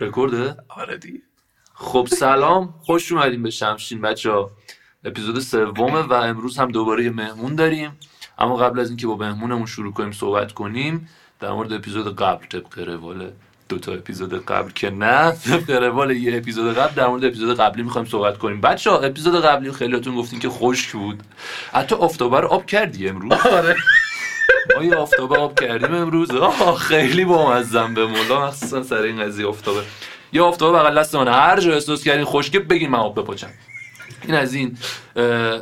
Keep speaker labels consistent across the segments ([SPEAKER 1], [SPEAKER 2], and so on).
[SPEAKER 1] رکورده
[SPEAKER 2] آره دیگه
[SPEAKER 1] خب سلام خوش اومدیم به شمشین بچه ها اپیزود سومه و امروز هم دوباره یه مهمون داریم اما قبل از اینکه با مهمونمون شروع کنیم صحبت کنیم در مورد اپیزود قبل طبق روال دو تا اپیزود قبل که نه طبق روال یه اپیزود قبل در مورد اپیزود قبلی میخوایم صحبت کنیم بچه ها اپیزود قبلی خیلیاتون گفتین که خشک بود حتی آفتابه رو آب کردی امروز
[SPEAKER 2] آره
[SPEAKER 1] ما یه آفتابه آب کردیم امروز آه خیلی بامزم به مولا مخصوصا سر این قضیه آفتابه یه آفتابه بغل دست من هر جا احساس کردین خشکه بگین من آب بپاچم این از این اه،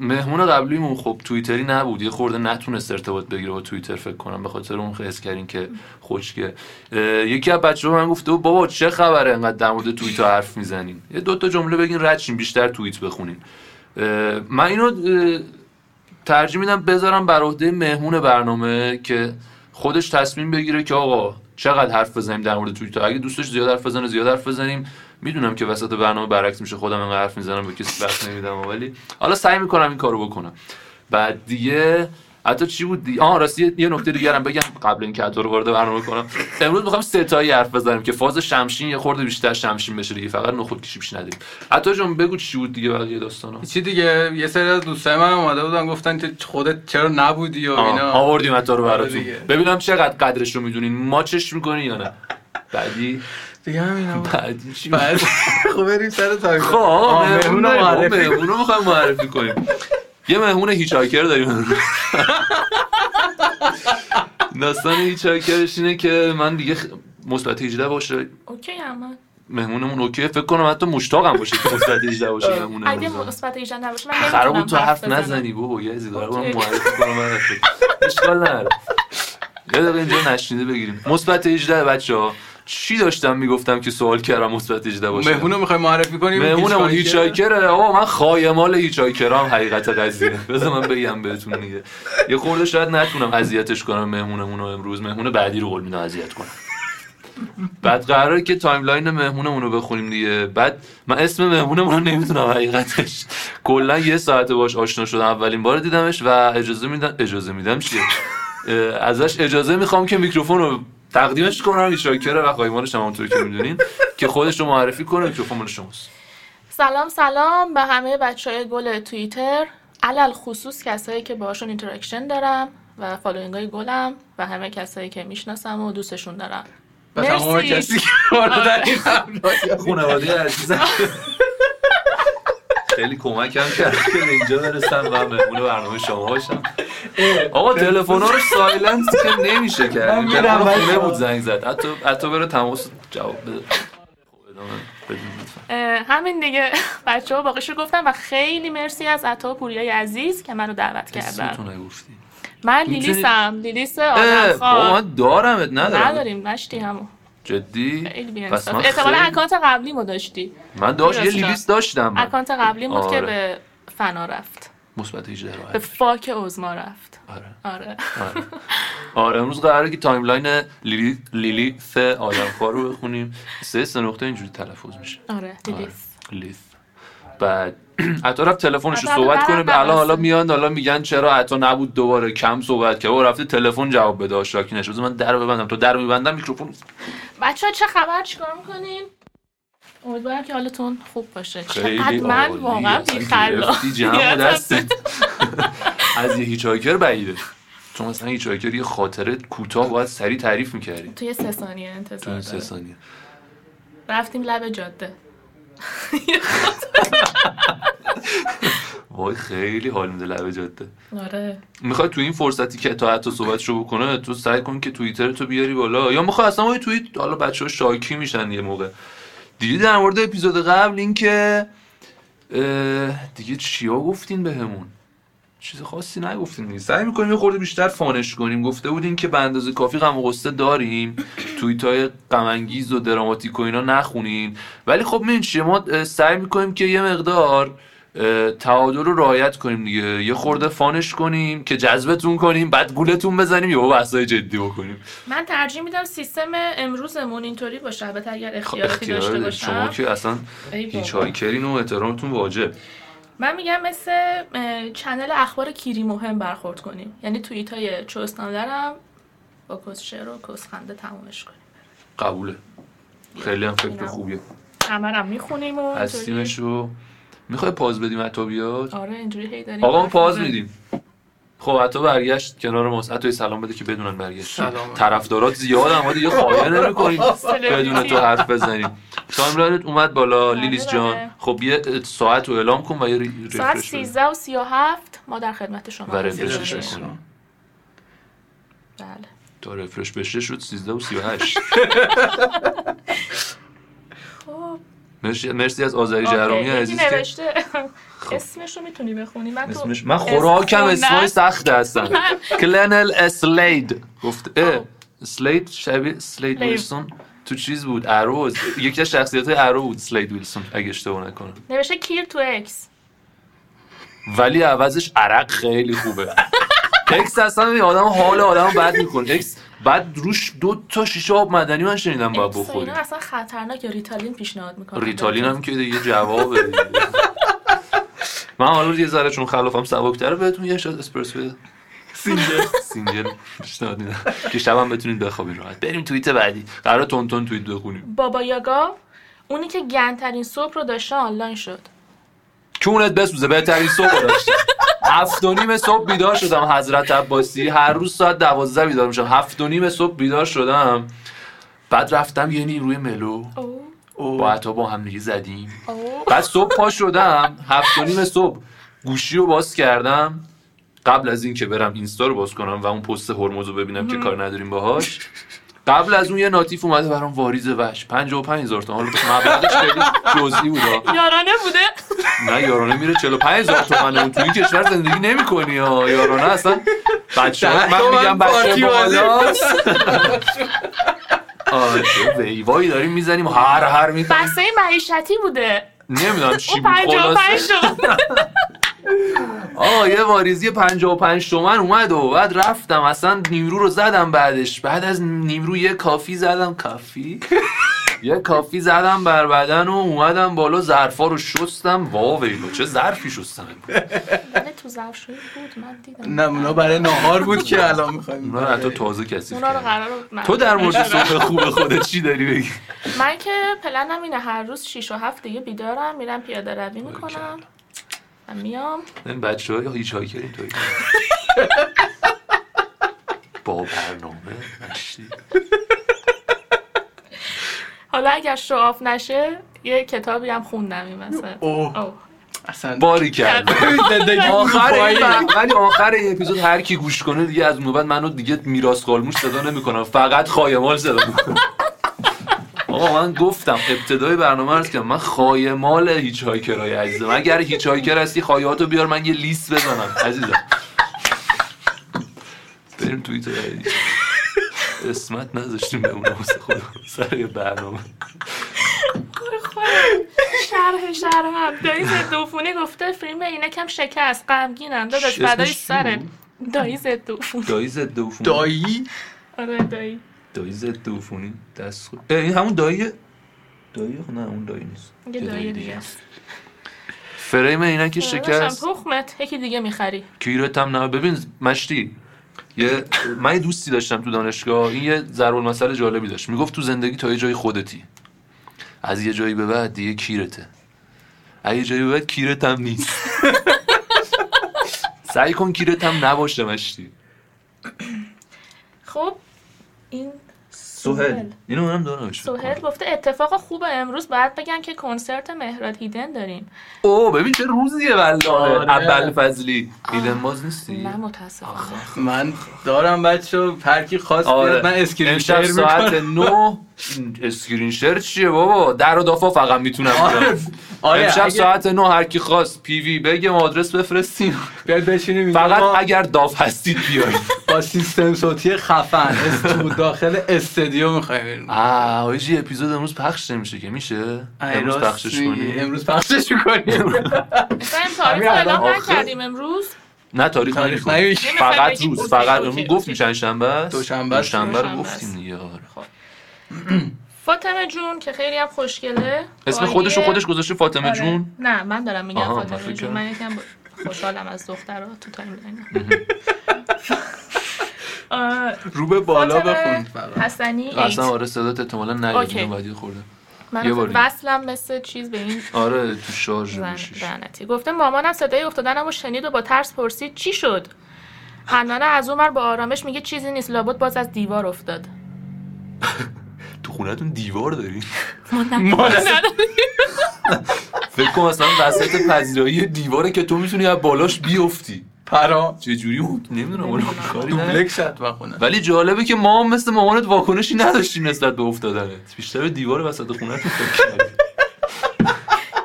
[SPEAKER 1] مهمون قبلیمون خب توییتری نبود یه خورده نتونست ارتباط بگیره با توییتر فکر کنم به خاطر اون حس کردین که خشکه اه، یکی از بچه‌ها به من گفته بود، بابا چه خبره انقدر در مورد توییت حرف میزنین یه دو تا جمله بگین رد شین، بیشتر توییت بخونین اه، من اینو اه، ترجیح میدم بذارم بر عهده مهمون برنامه که خودش تصمیم بگیره که آقا چقدر حرف بزنیم در مورد توییتر اگه دوستش زیاد حرف بزنه زیاد حرف بزنیم میدونم که وسط برنامه برعکس میشه خودم انقدر حرف میزنم به کسی وقت نمیدم ولی حالا سعی میکنم این کارو بکنم بعد دیگه حتی چی بود دیگه آه راستی یه- یه نکته دیگه هم بگم قبل اینکه حتی رو وارد برنامه کنم امروز میخوام ستایی حرف بزنیم که فاز شمشین یه خورده بیشتر شمشین بشه دیگه فقط نخود کشی پیش ندیم حتی جون بگو چی بود دیگه بقیه داستانا
[SPEAKER 2] چی دیگه یه سری از دوستای من اومده بودن گفتن که خودت چرا نبودی و
[SPEAKER 1] آه،
[SPEAKER 2] اینا
[SPEAKER 1] آوردیم عطا رو براتون
[SPEAKER 2] آره دیگه.
[SPEAKER 1] ببینم چقدر قدرش رو میدونین ماچش میکنین یا نه بعدی
[SPEAKER 2] دیگه همین
[SPEAKER 1] بعدی چی
[SPEAKER 2] بعد خب بریم سر تاریخ
[SPEAKER 1] خب
[SPEAKER 2] آه،
[SPEAKER 1] مهمون
[SPEAKER 2] مهمون رو معرفی
[SPEAKER 1] مهمون رو میخوایم معرفی کنیم یه مهمون هیچاکر داریم داستان هیچاکرش اینه که من دیگه خ- مثبت 18 باشه
[SPEAKER 3] اوکی اما
[SPEAKER 1] مهمونمون اوکیه فکر کنم حتی مشتاقم باشه که مثبت 18 باشه مهمون
[SPEAKER 3] اگه
[SPEAKER 1] امروزمون.
[SPEAKER 3] مثبت 18 نباشه من
[SPEAKER 1] خراب
[SPEAKER 3] نمیتونم
[SPEAKER 1] بود تو حرف
[SPEAKER 3] بزنم.
[SPEAKER 1] نزنی بابا یزی دارم
[SPEAKER 3] اوکی.
[SPEAKER 1] معرفی کنم من حرف. اشکال نداره یه دقیقه اینجا نشنیده بگیریم مثبت 18 بچه ها چی داشتم میگفتم که سوال کردم مثبت 18 باشه
[SPEAKER 2] مهمون رو می‌خوای معرفی کنیم
[SPEAKER 1] مهمونمون
[SPEAKER 2] هیچ کاری که-
[SPEAKER 1] هیچایکره آقا من خایمال هیچایکرام حقیقت قضیه بذار من بگم بهتون دیگه یه خورده شاید نتونم اذیتش کنم مهمونمون رو امروز مهمون بعدی رو قول میدم اذیت کنم بعد قراره که تایملاین مهمونمون رو بخونیم دیگه بعد من اسم مهمونمون رو نمیدونم حقیقتش کلا یه ساعت باش آشنا شدم اولین بار دیدمش و اجازه میدم اجازه میدم چیه اه، ازش اجازه میخوام که میکروفون رو تقدیمش کنم ایشاکره و قایمانش هم همونطور که میدونین که خودش رو معرفی کنه میکروفون مال شماست
[SPEAKER 3] سلام سلام به همه بچه های گل توییتر علل خصوص کسایی که باشون اینتراکشن دارم و فالوینگ های گلم و همه کسایی که میشناسم و دوستشون دارم
[SPEAKER 2] به تمام
[SPEAKER 3] مرسی.
[SPEAKER 2] کسی که ما رو در این همراهی-
[SPEAKER 1] خانواده عزیزم خیلی کمکم کرد که به اینجا برسم و مهمون برنامه شما باشم آقا تلفن رو سایلنت که نمیشه کرد
[SPEAKER 2] من میرم
[SPEAKER 1] تلفن
[SPEAKER 2] بچه‌ها.
[SPEAKER 1] خونه بود زنگ زد حتی حتی بره تماس جواب بده خب، ادامه بدین لطفاً.
[SPEAKER 3] اه، همین دیگه بچه ها باقیش رو گفتم و خیلی مرسی از عطا و پوریای عزیز که منو دعوت کردن
[SPEAKER 1] اسمتون نگفتی
[SPEAKER 3] من
[SPEAKER 1] می‌تونی-
[SPEAKER 3] لیلیسم لیلیس
[SPEAKER 1] اه،
[SPEAKER 3] آدم
[SPEAKER 1] بابا
[SPEAKER 3] خواهد
[SPEAKER 1] من دارمت ندارم
[SPEAKER 3] نداریم نشتی همون
[SPEAKER 1] جدی
[SPEAKER 3] خیلی
[SPEAKER 1] پس من
[SPEAKER 3] بیانصاف احتمالا
[SPEAKER 1] خیلی-
[SPEAKER 3] اکانت قبلیمو داشتی
[SPEAKER 1] من داشت یه
[SPEAKER 3] می‌رسونم.
[SPEAKER 1] لیلیس داشتم من.
[SPEAKER 3] اکانت قبلی بود
[SPEAKER 1] آره.
[SPEAKER 3] که به فنا رفت
[SPEAKER 1] مثبت 18
[SPEAKER 3] به
[SPEAKER 1] راحت.
[SPEAKER 3] فاک اوزما رفت
[SPEAKER 1] آره
[SPEAKER 3] آره
[SPEAKER 1] آره. آره امروز قراره که تایملاین لیلی لیلی ف آدمخوار رو بخونیم سه سه نقطه اینجوری تلفظ میشه
[SPEAKER 3] آره
[SPEAKER 1] آره.
[SPEAKER 3] دیلیس
[SPEAKER 1] لیف بعد عطا رفت تلفنش رو
[SPEAKER 3] عطا
[SPEAKER 1] صحبت
[SPEAKER 3] برم
[SPEAKER 1] کنه به الان
[SPEAKER 3] برسه.
[SPEAKER 1] حالا میان حالا میگن چرا عطا نبود دوباره کم صحبت کرد و رفته تلفن جواب بده آشراکی نشه بذار من در رو ببندم تا در رو میبندم میکروفون
[SPEAKER 3] بچه ها چه خبر چیکار میکنین؟ امیدوارم که حالتون خوب باشه چقدر
[SPEAKER 1] خیلی
[SPEAKER 3] من
[SPEAKER 1] عالی.
[SPEAKER 3] واقعا
[SPEAKER 1] اصلا
[SPEAKER 3] بیخلاق
[SPEAKER 1] گرفتی جمع دستت از یه هیچایکر بعیده چون مثلا هیچایکر یه خاطره کوتاه باید سریع تعریف میکردی
[SPEAKER 3] توی سه ثانیه
[SPEAKER 1] تو
[SPEAKER 3] انتظار
[SPEAKER 1] این سه
[SPEAKER 3] داره
[SPEAKER 1] ثانیه
[SPEAKER 3] رفتیم لب جاده
[SPEAKER 1] وای خیلی حال میده لبه جاده
[SPEAKER 3] آره
[SPEAKER 1] میخوای تو این فرصتی که تا حتی صحبتشو بکنه تو سعی کن که توییتر تو بیاری بالا یا میخوای اصلا اون توییت حالا بچه ها شاکی میشن یه موقع دیدی در مورد اپیزود قبل اینکه اه، دیگه چیا گفتین بهمون چیز خاصی نگفتیم دیگه سعی میکنیم یه خورده بیشتر فانش کنیم گفته بودیم که به اندازه کافی غم و غصه داریم توییت های غم انگیز و دراماتیک و اینا نخونیم ولی خب ببین چیه ما اه، سعی میکنیم که یه مقدار اه، تعادل رو رعایت کنیم دیگه یه خورده فانش کنیم که جذبتون کنیم بعد گولتون بزنیم یا بحثای جدی بکنیم
[SPEAKER 3] من ترجیح میدم سیستم امروزمون اینطوری باشه البته اگر اختیاراتی
[SPEAKER 1] اختیار
[SPEAKER 3] داشته
[SPEAKER 1] دارید. خب، شما
[SPEAKER 3] باشم
[SPEAKER 1] که اصلا
[SPEAKER 3] ای بابا.
[SPEAKER 1] هیچ هایکرین و احترامتون واجب
[SPEAKER 3] من میگم مثل اه، چنل اخبار کیری مهم برخورد کنیم یعنی توییت های چوستان دارم با کس شعر و کس خنده تمومش کنیم
[SPEAKER 1] قبوله خیلی هم فکر
[SPEAKER 3] اینم.
[SPEAKER 1] خوبیه
[SPEAKER 3] همه رو هم میخونیم و اینطوری.
[SPEAKER 1] هستیمش رو میخوای پاز بدیم عطا بیاد
[SPEAKER 3] آره اینجوری هی داریم
[SPEAKER 1] آقا ما پاز
[SPEAKER 3] می‌زنیم.
[SPEAKER 1] میدیم خب عطا برگشت کنار ماست عطا یه سلام بده که بدونن برگشت
[SPEAKER 2] سلام.
[SPEAKER 1] طرفدارات زیاد هم ما دیگه خواهیه نمی‌کنیم
[SPEAKER 3] سلبریتی.
[SPEAKER 1] بدون تو حرف بزنیم تایملاینت اومد بالا
[SPEAKER 3] بله،
[SPEAKER 1] لیلیس
[SPEAKER 3] بله.
[SPEAKER 1] جان خب یه ساعت رو اعلام کن و یه ری- ریفرش
[SPEAKER 3] ساعت
[SPEAKER 1] بده.
[SPEAKER 3] 13 و 37 ما در خدمت شما
[SPEAKER 1] و
[SPEAKER 3] هستیم.
[SPEAKER 1] رفرشش
[SPEAKER 2] رفرش
[SPEAKER 1] می‌کنم.
[SPEAKER 2] کن.
[SPEAKER 3] بله
[SPEAKER 1] تا رفرش بشه شد 13 و 38
[SPEAKER 3] خب
[SPEAKER 1] مرسی, مرسی از آذری
[SPEAKER 3] آکی.
[SPEAKER 1] جهرامی
[SPEAKER 3] یکی
[SPEAKER 1] عزیز که خب.
[SPEAKER 3] نوشته اسمش رو میتونی بخونی من تو
[SPEAKER 1] اسمش من خوراکم
[SPEAKER 3] اسم
[SPEAKER 1] اسمای
[SPEAKER 3] خوندن.
[SPEAKER 1] سخت هستم کلنل اسلید گفت اه، اسلید شبیه سلید
[SPEAKER 3] لید.
[SPEAKER 1] ویلسون تو چیز بود ارو یکی از شخصیت ارو بود سلید ویلسون اگه اشتباه نکنم
[SPEAKER 3] نوشته کیر تو اکس
[SPEAKER 1] ولی عوضش عرق خیلی خوبه اکس اصلا این آدم حال آدم بد میکنه اکس بعد روش دو تا شیشه آب مدنی من شنیدم باید
[SPEAKER 3] اکس و
[SPEAKER 1] بخوری
[SPEAKER 3] اینا اصلا خطرناکه ریتالین پیشنهاد میکنم
[SPEAKER 1] ریتالین هم که دیگه جوابه دیگه. من حالا یه ذره چون خلافم سبکتره بهتون یه شات اسپرسو بدم.
[SPEAKER 2] سینجر
[SPEAKER 1] سینگل پیشنهاد میدم که شبم بتونید بخوابید راحت بریم توییت بعدی قرار تون تون توییت بخونیم
[SPEAKER 3] بابا یاگا اونی که گندترین صبح رو داشته آنلاین شد
[SPEAKER 1] چونت بسوزه بهترین صبح رو داشتم هفت و نیم صبح بیدار شدم حضرت عباسی هر روز ساعت دوازده بیدار میشم هفت و نیم صبح بیدار شدم بعد رفتم یه نیروی ملو
[SPEAKER 3] او
[SPEAKER 1] با عطا با هم دیگه زدیم
[SPEAKER 3] او
[SPEAKER 1] بعد صبح پا شدم هفت و نیم صبح گوشی رو باز کردم قبل از اینکه برم اینستا رو باز کنم و اون پست هرمز رو ببینم که کار نداریم باهاش قبل از اون یه ناتیف اومده برام واریز وش 55 هزار تومان حالا مبلغش خیلی جزئی بود ها.
[SPEAKER 3] یارانه بوده
[SPEAKER 1] نه یارانه میره 45 هزار تومن اون تو این کشور زندگی نمیکنی ها یارانه اصلا بچه
[SPEAKER 2] ده
[SPEAKER 1] من
[SPEAKER 2] تومن
[SPEAKER 1] میگم بچه
[SPEAKER 2] پارتی بازی.
[SPEAKER 1] بالاست آره چه ویوایی داریم میزنیم هر هر میزنیم
[SPEAKER 3] بسته معیشتی بوده
[SPEAKER 1] نمیدونم چی
[SPEAKER 3] اون
[SPEAKER 1] بود خلاصه
[SPEAKER 3] 55 شد
[SPEAKER 1] آه یه واریزی 55 تومن اومد و بعد رفتم اصلا نیمرو رو زدم بعدش بعد از نیمرو یه کافی زدم کافی یه کافی زدم بر بدن و اومدم بالا ظرفا رو شستم وا ویلا چه ظرفی شستم امروز.
[SPEAKER 3] بله تو ظرفشویی بود من دیدم
[SPEAKER 2] نه اونا برای نهار بود که الان میخوایم
[SPEAKER 1] اونا رو حتی تازه کسی
[SPEAKER 3] اونا رو قرار بود من-
[SPEAKER 1] تو در مورد صبح خوب خودت چی داری بگی
[SPEAKER 3] من که پلنم اینه هر روز 6 و 7 دیگه بیدارم میرم پیاده روی میکنم و میام
[SPEAKER 1] این بچه ها یا هیچ هایی کردیم توی با برنامه مشتی
[SPEAKER 3] حالا اگر شعاف نشه یه کتابی هم خوندم این مثلا
[SPEAKER 2] اوه
[SPEAKER 3] اوه.
[SPEAKER 2] اصلا
[SPEAKER 1] باری کرد
[SPEAKER 2] زندگی
[SPEAKER 1] آخر
[SPEAKER 2] اروپایی.
[SPEAKER 1] این- ولی آخر این اپیزود هر کی گوش کنه دیگه از اون به بعد منو دیگه میراث قالموش صدا نمیکنم فقط خایمال صدا میکنم آقا من گفتم ابتدای برنامه عرض کردم من خایمال هیچ هایکرای عزیزم اگر هیچ هایکر هستی خایهاتو بیار من یه لیست بزنم عزیزم بریم توییتر عزیز. اسمت نذاشتیم بمونه واسه خودم سر یه برنامه
[SPEAKER 3] وای خدا. شرح شرح هم دایی زدوفونی گفته فیلم عینکم شکست غمگینم داداش
[SPEAKER 1] اسمش
[SPEAKER 3] بدای
[SPEAKER 1] چی
[SPEAKER 3] سرت
[SPEAKER 1] بود؟
[SPEAKER 3] دایی زدوفونی
[SPEAKER 1] دایی ضد عفونی
[SPEAKER 2] دایی
[SPEAKER 3] آره دایی
[SPEAKER 1] دایی ضد عفونی دست خود اه، این همون دایی دایی خب نه اون دایی نیست
[SPEAKER 3] یه دایی دیگه
[SPEAKER 1] است. فریم عینک
[SPEAKER 3] داداشم
[SPEAKER 1] شکست
[SPEAKER 3] تخمت یکی دیگه میخری
[SPEAKER 1] کیرت هم نه ببین مشتی یه من یه دوستی داشتم تو دانشگاه این یه ضرب المثل جالبی داشت میگفت تو زندگی تا یه جای خودتی از یه جایی به بعد دیگه کیرته از یه جایی به بعد کیرت هم نیست سعی کن کیرت هم نباشه مشتی
[SPEAKER 3] خب این سهل.
[SPEAKER 1] اینو منم دارم
[SPEAKER 3] سوهل گفته اتفاق خوب امروز باید بگن که کنسرت مهراد هیدن داریم
[SPEAKER 1] او ببین چه روزیه والله
[SPEAKER 2] آره.
[SPEAKER 1] اول فضلی دیدن باز نیستی
[SPEAKER 3] نه متاسفم
[SPEAKER 2] من دارم بچه هرکی خواست
[SPEAKER 1] آره
[SPEAKER 2] بیاد من اسکرین
[SPEAKER 1] امشب
[SPEAKER 2] شیر
[SPEAKER 1] ساعت
[SPEAKER 2] میکنم
[SPEAKER 1] نه اسکرین شیر چیه بابا در و دافا فقط میتونم
[SPEAKER 2] آره آره
[SPEAKER 1] امشب
[SPEAKER 2] اگه
[SPEAKER 1] ساعت نه هر کی خواست پی وی بگم آدرس بفرستیم
[SPEAKER 2] بیاد بشینیم اینجا
[SPEAKER 1] فقط
[SPEAKER 2] ما
[SPEAKER 1] اگر داف هستید بیایید
[SPEAKER 2] با سیستم صوتی خفن استو داخل استدیو میخوایم
[SPEAKER 1] آه آیجی اپیزود امروز پخش نمیشه که میشه امروز پخشش کنی
[SPEAKER 2] امروز پخشش کنیم
[SPEAKER 3] مثلا تاریخ
[SPEAKER 2] همین
[SPEAKER 3] رو
[SPEAKER 2] الان
[SPEAKER 3] اعلام
[SPEAKER 1] آخر.
[SPEAKER 3] نکردیم امروز
[SPEAKER 1] نه تاریخ
[SPEAKER 2] تاریخ
[SPEAKER 1] نمی‌کنی.
[SPEAKER 2] نمیشه
[SPEAKER 3] نمی‌خوای
[SPEAKER 1] فقط
[SPEAKER 3] بگی
[SPEAKER 1] روز
[SPEAKER 3] پوزش
[SPEAKER 1] فقط
[SPEAKER 3] اوکی،
[SPEAKER 1] امروز گفتیم
[SPEAKER 3] اوکی.
[SPEAKER 1] چند شنبه است
[SPEAKER 2] دوشنبه است.
[SPEAKER 1] دوشنبه رو
[SPEAKER 3] دوشنبه است. خب
[SPEAKER 1] گفتیم دیگه آره.
[SPEAKER 3] فاطمه جون که خیلی هم خوشگله
[SPEAKER 1] اسم
[SPEAKER 3] عالیه.
[SPEAKER 1] خودش رو خودش گذاشته فاطمه
[SPEAKER 3] آره.
[SPEAKER 1] جون
[SPEAKER 3] نه من دارم میگم
[SPEAKER 1] آها، من
[SPEAKER 3] فاطمه
[SPEAKER 1] فکر
[SPEAKER 3] جون
[SPEAKER 1] کردم.
[SPEAKER 3] من یکم خوشحالم از دخترها تو تایم لاین آه،
[SPEAKER 2] رو به بالا
[SPEAKER 3] فاطمه
[SPEAKER 2] بخون فقط
[SPEAKER 3] حسنی
[SPEAKER 1] اصلا
[SPEAKER 3] ایت.
[SPEAKER 1] آره صدات احتمالا
[SPEAKER 3] اوکی.
[SPEAKER 1] نگید بعدی خورده
[SPEAKER 3] من
[SPEAKER 1] یه
[SPEAKER 3] اصلا
[SPEAKER 1] باری.
[SPEAKER 3] وصلم مثل چیز به این
[SPEAKER 1] آره تو شارژ
[SPEAKER 3] زن
[SPEAKER 1] میشیش
[SPEAKER 3] لعنتی گفته مامانم صدای افتادنمو شنید و با ترس پرسید چی شد حنانه از اونور با آرامش میگه چیزی نیست لابد باز از دیوار افتاد
[SPEAKER 1] تو خونتون دیوار داری
[SPEAKER 2] ما
[SPEAKER 1] فکر کنم اصلا وسط پذیرایی دیواره که تو میتونی از بالاش بیفتی
[SPEAKER 2] پرا
[SPEAKER 1] چه جوری بود نمیدونم اون کاری نه.
[SPEAKER 2] دوپلکس حتما خونه
[SPEAKER 1] ولی جالبه که ما هم مثل مامانت واکنشی نداشتیم نسبت به افتادنت بیشتر به دیوار وسط خونه فکر کردی.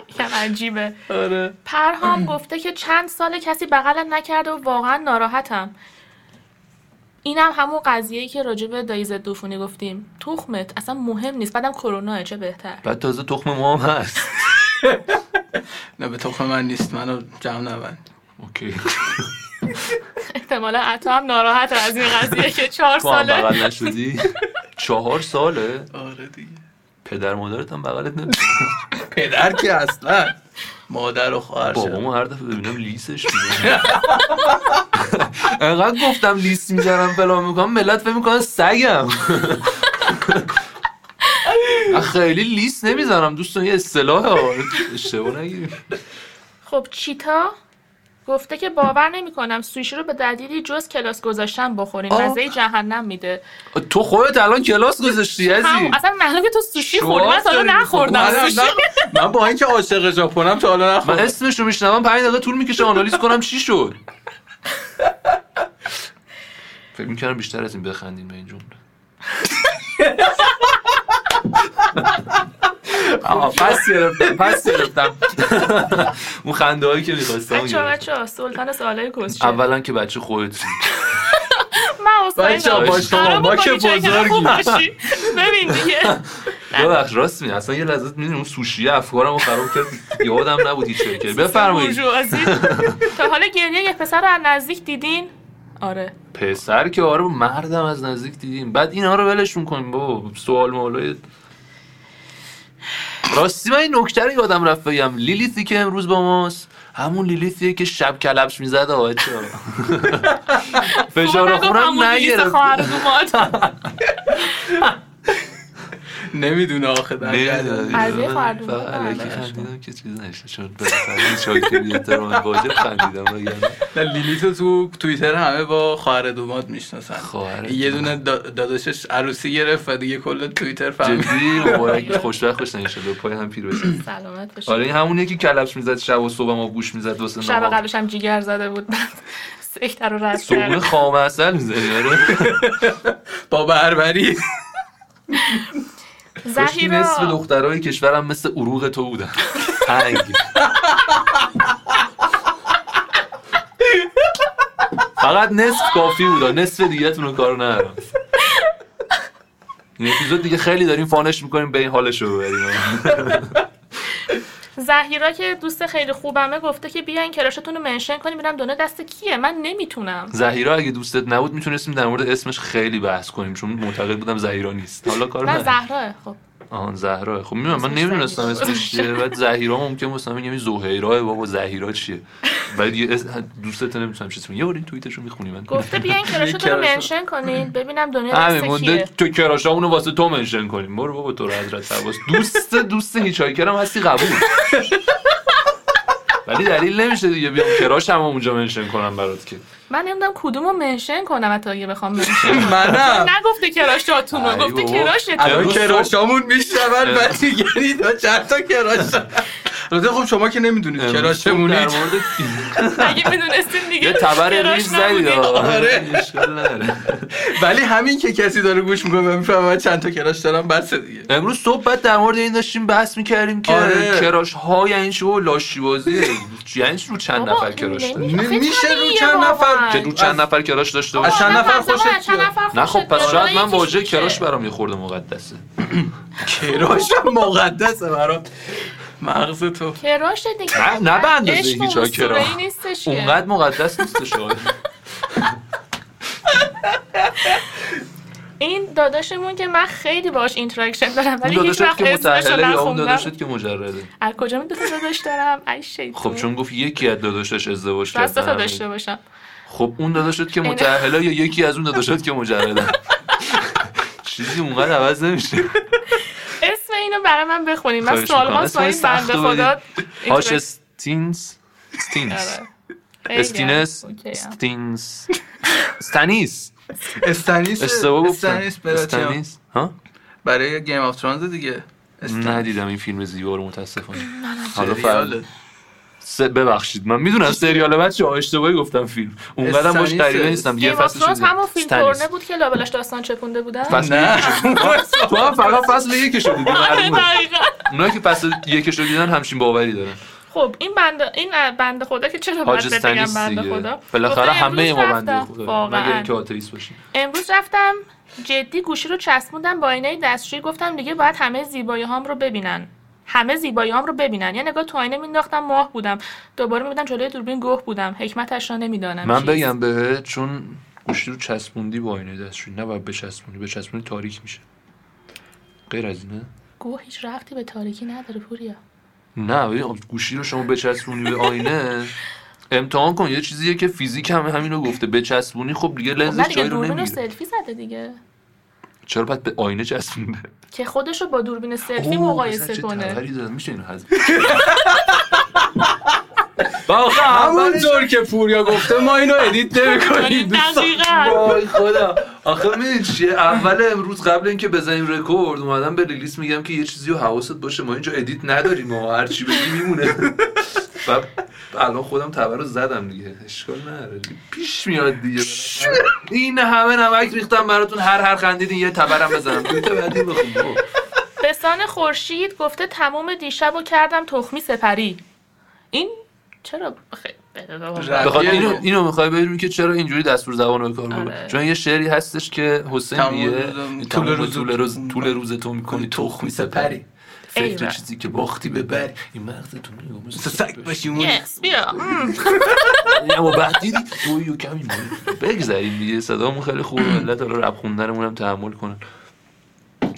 [SPEAKER 3] یکم عجیبه
[SPEAKER 1] آره
[SPEAKER 3] پرهام گفته که چند سال کسی بغلم نکرده و واقعا ناراحتم اینم همون قضیه‌ای که راجع به دایی ضد عفونی گفتیم تخمت اصلا مهم نیست بعدم کرونا چه بهتر
[SPEAKER 1] بعد تازه تخم ما هم هست
[SPEAKER 2] نه به تخم من نیست منو جمع نبند
[SPEAKER 1] اوکی
[SPEAKER 3] احتمالا عطا هم ناراحت از این قضیه که چهار
[SPEAKER 1] تو هم
[SPEAKER 3] ساله
[SPEAKER 1] بغل نشدی چهار ساله
[SPEAKER 2] آره دیگه
[SPEAKER 1] پدر مادرت هم بغلت نمی
[SPEAKER 2] پدر که اصلا مادر و خواهر شد
[SPEAKER 1] بابامو هر دفعه ببینم لیسش می‌زنه. انقدر گفتم لیست میزنم فلان میکنم ملت فکر میکنن سگم من خیلی لیست نمیزنم دوستان یه اصطلاح اشتباه نگیریم
[SPEAKER 3] خب چیتا گفته که باور نمیکنم سوشی رو به دلیلی جز کلاس گذاشتن بخورین
[SPEAKER 1] آه.
[SPEAKER 3] مزه جهنم میده
[SPEAKER 1] تو خودت الان کلاس گذاشتی
[SPEAKER 3] هم
[SPEAKER 1] عزیز
[SPEAKER 3] اصلا معلومه که تو سوشی
[SPEAKER 1] شعار
[SPEAKER 3] خوردی من تا حالا
[SPEAKER 1] داری می‌خوری.
[SPEAKER 3] نخوردم
[SPEAKER 2] من,
[SPEAKER 3] سوشی
[SPEAKER 2] من با اینکه عاشق ژاپنم تا حالا
[SPEAKER 1] من
[SPEAKER 2] نخوردم
[SPEAKER 1] اسمش رو میشنوم پنج دقیقه طول میکشه آنالیز کنم چی شد فکر میکردم بیشتر از این بخندیم به این جمله آه، پس گرفتم پس گرفتم اون خنده هایی که میخواستم
[SPEAKER 3] بچه بچه سلطان سوالای کسچه من
[SPEAKER 1] اولا که بچه خودت
[SPEAKER 3] حسین
[SPEAKER 2] بچه‌ها،
[SPEAKER 3] دارم.
[SPEAKER 2] با شما،
[SPEAKER 3] قرار بود
[SPEAKER 2] ما
[SPEAKER 3] با
[SPEAKER 2] که
[SPEAKER 3] بیچاره
[SPEAKER 2] بزرگیم.
[SPEAKER 3] خوب باشی. ببین دیگه
[SPEAKER 1] ببخش راست میگی اصلا یه لحظه میدونی اون سوشی افکارمو خراب کرد یادم نبود هیچ که بفرمایید
[SPEAKER 3] بورژوازی. تا حالا گریه یه پسر رو از نزدیک دیدین آره
[SPEAKER 1] پسر که آره مردم از نزدیک دیدیم بعد اینا رو ولشون کنیم بابا سوال مولای راستی من این نکته رو یادم رفت بگم لیلیتی که امروز با ماست همون لیلیتیه که شب کلبش میزد آقا چرا فشار
[SPEAKER 3] بابا نگفت
[SPEAKER 1] خونم
[SPEAKER 3] عمو لیلیس
[SPEAKER 1] نگرفت
[SPEAKER 3] خواهر دومات
[SPEAKER 2] نمیدونه آخه در
[SPEAKER 1] نمی‌دونم.
[SPEAKER 2] جریان.
[SPEAKER 3] از یه خواهر بله.
[SPEAKER 1] فقط الکی
[SPEAKER 3] دومات برداشت
[SPEAKER 1] خندیدم بله، که چیز نشد چون به فرمان شاکری احترام واجب خندیدم وگرنه
[SPEAKER 2] نه، لیلیتو تو توییتر همه با خواهر دومات میشناسن
[SPEAKER 1] خواهر
[SPEAKER 2] یه دونه دا- داداشش عروسی گرفت و دیگه کل توییتر فهمید
[SPEAKER 1] جدی مبارک خوشبخت خوش نشد به پای هم پیر بشه
[SPEAKER 3] سلامت باشی
[SPEAKER 1] آره این همونیه که کلبش میزد شب و صبح ما گوش میزد واسه
[SPEAKER 3] شب
[SPEAKER 1] نهار.
[SPEAKER 3] قبلش هم جیگر زده بود سکتر رو رد
[SPEAKER 1] صبحونه
[SPEAKER 3] کرد
[SPEAKER 1] خام اصل میزنی آره
[SPEAKER 2] با بربری
[SPEAKER 1] کاشکی
[SPEAKER 3] زهیرا
[SPEAKER 1] نصف دخترای کشورم مثل عروق تو بودن تنگ فقط نصف کافی بودا نصف دیگهتون رو کار ندارم این اپیزود دیگه خیلی داریم فانش میکنیم به این حالش رو ببریم
[SPEAKER 3] زهیرا که دوست خیلی خوبمه گفته که بیاین کراشتون رو منشن کنیم ببینم دونه دست کیه من نمیتونم
[SPEAKER 1] زهیرا اگه دوستت نبود میتونستیم در مورد اسمش خیلی بحث کنیم چون معتقد بودم زهیرا نیست حالا کار
[SPEAKER 3] نه
[SPEAKER 1] نه
[SPEAKER 3] زهرا خب
[SPEAKER 1] آهان زهرا خب میدونم من
[SPEAKER 3] اسمش
[SPEAKER 1] نمیدونستم
[SPEAKER 3] زهیرا.
[SPEAKER 1] اسمش چیه بعد زهیرا ممکن بود مثلا بگم زهیرا بابا زهیرا چیه بعد یه اس... دوستت نمیتونم چیز کنم یه بار این توییتشو میخونی من
[SPEAKER 3] گفته بیاین کراشتون رو
[SPEAKER 2] کراشا.
[SPEAKER 3] منشن کنین ببینم دونه
[SPEAKER 1] همین
[SPEAKER 3] دست
[SPEAKER 1] مونده
[SPEAKER 3] کیه
[SPEAKER 1] تو کراشا اونو واسه تو منشن کنیم برو بابا تو رو حضرت عباس دوست دوست هیچایکرم هستی قبول ولی دلیل نمیشه دیگه بیام کراش هم اونجا منشن کنم برات که
[SPEAKER 3] من نمیدونم کدوم رو منشن کنم حتی اگه بخوام منشن کنم
[SPEAKER 2] منم
[SPEAKER 3] نگفته کراشاتون
[SPEAKER 1] ای
[SPEAKER 3] رو گفته
[SPEAKER 1] بابا.
[SPEAKER 3] کراشتون
[SPEAKER 1] الان
[SPEAKER 2] الان
[SPEAKER 1] صبح-
[SPEAKER 2] کراشامون میشنون بعد یعنی تا چند تا کراش البته خب شما که نمیدونید کراشمون
[SPEAKER 1] در
[SPEAKER 2] هیچ
[SPEAKER 1] مورد
[SPEAKER 3] اگه میدونستین
[SPEAKER 1] یه
[SPEAKER 3] دیگه
[SPEAKER 1] تبر
[SPEAKER 3] کراش
[SPEAKER 1] ریز زدی
[SPEAKER 3] نبودین.
[SPEAKER 2] آره.
[SPEAKER 1] اشکال نداره
[SPEAKER 2] ولی همین که کسی داره گوش میکنه و میفهمه من چند تا کراش دارم بس دیگه
[SPEAKER 1] امروز صبح بعد در مورد این داشتیم بحث میکردیم که
[SPEAKER 2] آره.
[SPEAKER 1] کراش ها یعنی چی و لاشی بازی یعنی چی رو چند
[SPEAKER 3] بابا، یعنی
[SPEAKER 1] نفر کراش داری
[SPEAKER 3] نمی‌شه. آخه
[SPEAKER 2] میشه رو
[SPEAKER 3] طبیعیه
[SPEAKER 2] چند
[SPEAKER 3] واقعاً.
[SPEAKER 2] نفر؟
[SPEAKER 1] که رو چند نفر کراش داشته
[SPEAKER 2] از
[SPEAKER 1] باشی
[SPEAKER 2] چند نفر
[SPEAKER 3] آدم
[SPEAKER 2] خوشت
[SPEAKER 3] از چند
[SPEAKER 2] بیاد؟
[SPEAKER 3] نفر
[SPEAKER 1] نه خب
[SPEAKER 3] خوشت
[SPEAKER 1] پس
[SPEAKER 3] بیاد.
[SPEAKER 1] شاید من
[SPEAKER 3] یکیش
[SPEAKER 1] واژه
[SPEAKER 3] میشه.
[SPEAKER 1] کراش برام یه خورده مقدسه
[SPEAKER 2] کراشم مقدسه برات مغز تو
[SPEAKER 3] کراش دیگه
[SPEAKER 1] نه- نه به اندازه هیچ آقا کرا.
[SPEAKER 3] کرا نیستش که.
[SPEAKER 1] اونقدر مقدس نیست شاید
[SPEAKER 3] این داداشمون که من خیلی باش اینتراکشن دارم
[SPEAKER 1] اون
[SPEAKER 3] ولی هیچ
[SPEAKER 1] داداشت
[SPEAKER 3] وقت
[SPEAKER 1] که
[SPEAKER 3] اسمش رو
[SPEAKER 1] متأهله یا اون
[SPEAKER 3] نخوندم
[SPEAKER 1] داداشت که مجرده
[SPEAKER 3] از کجا میدونی داداش دارم ای شیطون
[SPEAKER 1] خب چون گفت یکی از داداشش ازدواج کرد
[SPEAKER 3] دست
[SPEAKER 1] نه همه.
[SPEAKER 3] داشته باشم
[SPEAKER 1] خب اون دادا شد که متأهله یا یکی از اون دادا شد که مجرده چیزی اونقدر عوض نمیشه
[SPEAKER 3] اسم اینو برای من بخونین من
[SPEAKER 1] خواهش
[SPEAKER 3] سوال
[SPEAKER 1] می‌کنم.
[SPEAKER 3] ها
[SPEAKER 1] اسم
[SPEAKER 3] سوال
[SPEAKER 1] سخت
[SPEAKER 3] بنده
[SPEAKER 1] رو بدید.
[SPEAKER 3] خدا
[SPEAKER 1] هاش استینز استینز
[SPEAKER 3] آره.
[SPEAKER 1] استینس
[SPEAKER 3] اوکیه.
[SPEAKER 1] استینز استانیس
[SPEAKER 2] استنیس
[SPEAKER 1] اشتباه گفتم
[SPEAKER 2] استنیس براتیان
[SPEAKER 1] استانیس ها
[SPEAKER 2] برای گیم آف ترانز دیگه
[SPEAKER 1] ندیدم این فیلم زیبا رو متاسفانه حالا
[SPEAKER 2] سریاله.
[SPEAKER 1] فرق س- ببخشید من میدونم سریال بچه ها اشتباهی گفتم فیلم اونقدر باش
[SPEAKER 2] استانیس.
[SPEAKER 1] غریبه نیستم یه
[SPEAKER 3] گیم آف
[SPEAKER 1] فصلش
[SPEAKER 3] ترونز
[SPEAKER 1] دیدم.
[SPEAKER 3] همون فیلم
[SPEAKER 1] استانیس.
[SPEAKER 3] تورنه بود که لابلاش داستان چپونده بودن
[SPEAKER 1] فصل
[SPEAKER 2] نه.
[SPEAKER 1] یکش رو- تو هم فقط فصل یکش رو دیدی
[SPEAKER 3] آره
[SPEAKER 1] معلومه.
[SPEAKER 3] دقیقاً.
[SPEAKER 1] اونایی که فصل یکش رو دیدن همشین باوری دارن
[SPEAKER 3] خب این بند این بنده خدا که چرا
[SPEAKER 1] حاج
[SPEAKER 3] باید بگم
[SPEAKER 1] استانیس
[SPEAKER 3] بنده
[SPEAKER 1] دیگه
[SPEAKER 3] خدا
[SPEAKER 1] بالاخره
[SPEAKER 3] گفته
[SPEAKER 1] همه
[SPEAKER 3] امروز
[SPEAKER 1] ما بنده خدا
[SPEAKER 3] رفتم.
[SPEAKER 1] مگر
[SPEAKER 3] واقعاً
[SPEAKER 1] اینکه آتئیست باشیم
[SPEAKER 3] امروز رفتم جدی گوشی رو چسبوندم با آینه دستشویی گفتم دیگه باید همه زیبایی هام رو ببینن همه زیبایی هام رو ببینن یه نگاه تو آینه مینداختم ماه بودم دوباره میبینم جلوی دوربین گوه بودم حکمتش را نمیدانم
[SPEAKER 1] من
[SPEAKER 3] چیست.
[SPEAKER 1] بگم بهت چون گوشی رو چسبوندی با آینه دستشویی نباید بچسبونی بچسبونی تاریک میشه غیر از اینه
[SPEAKER 3] گوه هیچ رفتی به تاریکی نداره پوریا
[SPEAKER 1] نه ببین گوشی رو شما بچسبونی به آینه امتحان کن یه چیزیه که فیزیک هم همینو گفته بچسبونی خب دیگه
[SPEAKER 3] نه
[SPEAKER 1] لنزش
[SPEAKER 3] دیگه
[SPEAKER 1] جایی رو
[SPEAKER 3] دوربین رو
[SPEAKER 1] نمیگیره
[SPEAKER 3] سلفی زده دیگه
[SPEAKER 1] چرا باید به آینه چسبونده
[SPEAKER 3] که خودش رو با دوربین سلفی
[SPEAKER 1] اوه،
[SPEAKER 3] مقایسه
[SPEAKER 1] مثلا خب، چه
[SPEAKER 3] کنه
[SPEAKER 1] تبری دادم. میشه اینو حذف آخه اولش-
[SPEAKER 2] همونطور که پوریا گفته ما اینو ادیت
[SPEAKER 3] یعنی
[SPEAKER 2] نمی‌کنیم دوستان
[SPEAKER 3] دقیقا
[SPEAKER 1] وای خدا آخه میدونی چیه اول امروز قبل اینکه بزنیم رکورد اومدم به ریلیس میگم که یه چیزی رو حواست باشه ما اینجا ادیت نداریم و هر چی بگی میمونه و الان خودم تبر رو زدم دیگه اشکال نداره دیگه. پیش میاد دیگه این همه نمک ریختم براتون هر هر خندیدین یه تبرم بزنم توی بعدی بخون بابا.
[SPEAKER 3] بسان خورشید گفته تمام دیشب و کردم تخمی سپری این چرا خیلی
[SPEAKER 1] بخواد
[SPEAKER 2] یعنی-
[SPEAKER 1] اینو اینو میخوای بدونی که چرا اینجوری دستور زبان رو کار
[SPEAKER 3] آره.
[SPEAKER 1] میکنه چون یه شعری هستش که حسین
[SPEAKER 2] تمام
[SPEAKER 1] میگه
[SPEAKER 2] روزم-
[SPEAKER 1] تمام
[SPEAKER 2] طول روز-
[SPEAKER 1] طول روز طول روز تو میکنی تخم میسپری فکر
[SPEAKER 3] ایول.
[SPEAKER 1] چیزی که باختی ببری این مغز تو میگم
[SPEAKER 2] سگ باشی اون
[SPEAKER 3] Yes, بیا
[SPEAKER 1] اما بعد دیدی دوی و کمی مونده. بگذاریم دیگه صدامون خیلی خوبه ملت حالا رپ خوندنمون هم تحمل کنن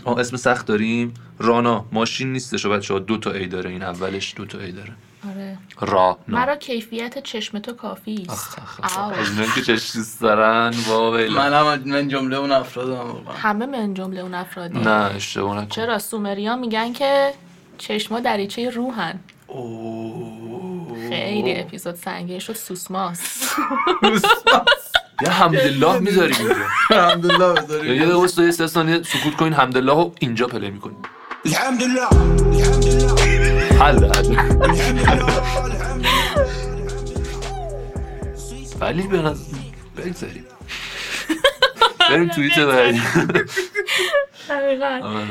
[SPEAKER 1] آه اسم سخت داریم رانا ماشین نیستش بچه ها دو تا ای داره این اولش دو تا ای داره
[SPEAKER 3] آره
[SPEAKER 1] رانا
[SPEAKER 3] مرا کیفیت چشم تو کافی است آو.
[SPEAKER 1] از اینایی که چشم دوست دارن واقعا
[SPEAKER 2] من هم من جمله اون افرادم واقعا
[SPEAKER 3] همه من جمله اون افرادی
[SPEAKER 1] نه اشتباه نکن
[SPEAKER 3] چرا سومریا میگن که چشما دریچه روحن خیلی اپیزود سنگین شد سوسماس
[SPEAKER 1] یه حمدالله میذاریم اینجا
[SPEAKER 2] الحمدلله
[SPEAKER 1] یا یه
[SPEAKER 2] بذاریم
[SPEAKER 1] دقیقه وایسا یه سه ثانیه سکوت کنین حمدالله رو اینجا پلی میکنیم
[SPEAKER 4] الحمد لله الحمد لله
[SPEAKER 1] حل حل
[SPEAKER 4] الحمد
[SPEAKER 1] ولی به نظر بگذاریم بریم توییت بعدی
[SPEAKER 3] دقیقاً.
[SPEAKER 1] آره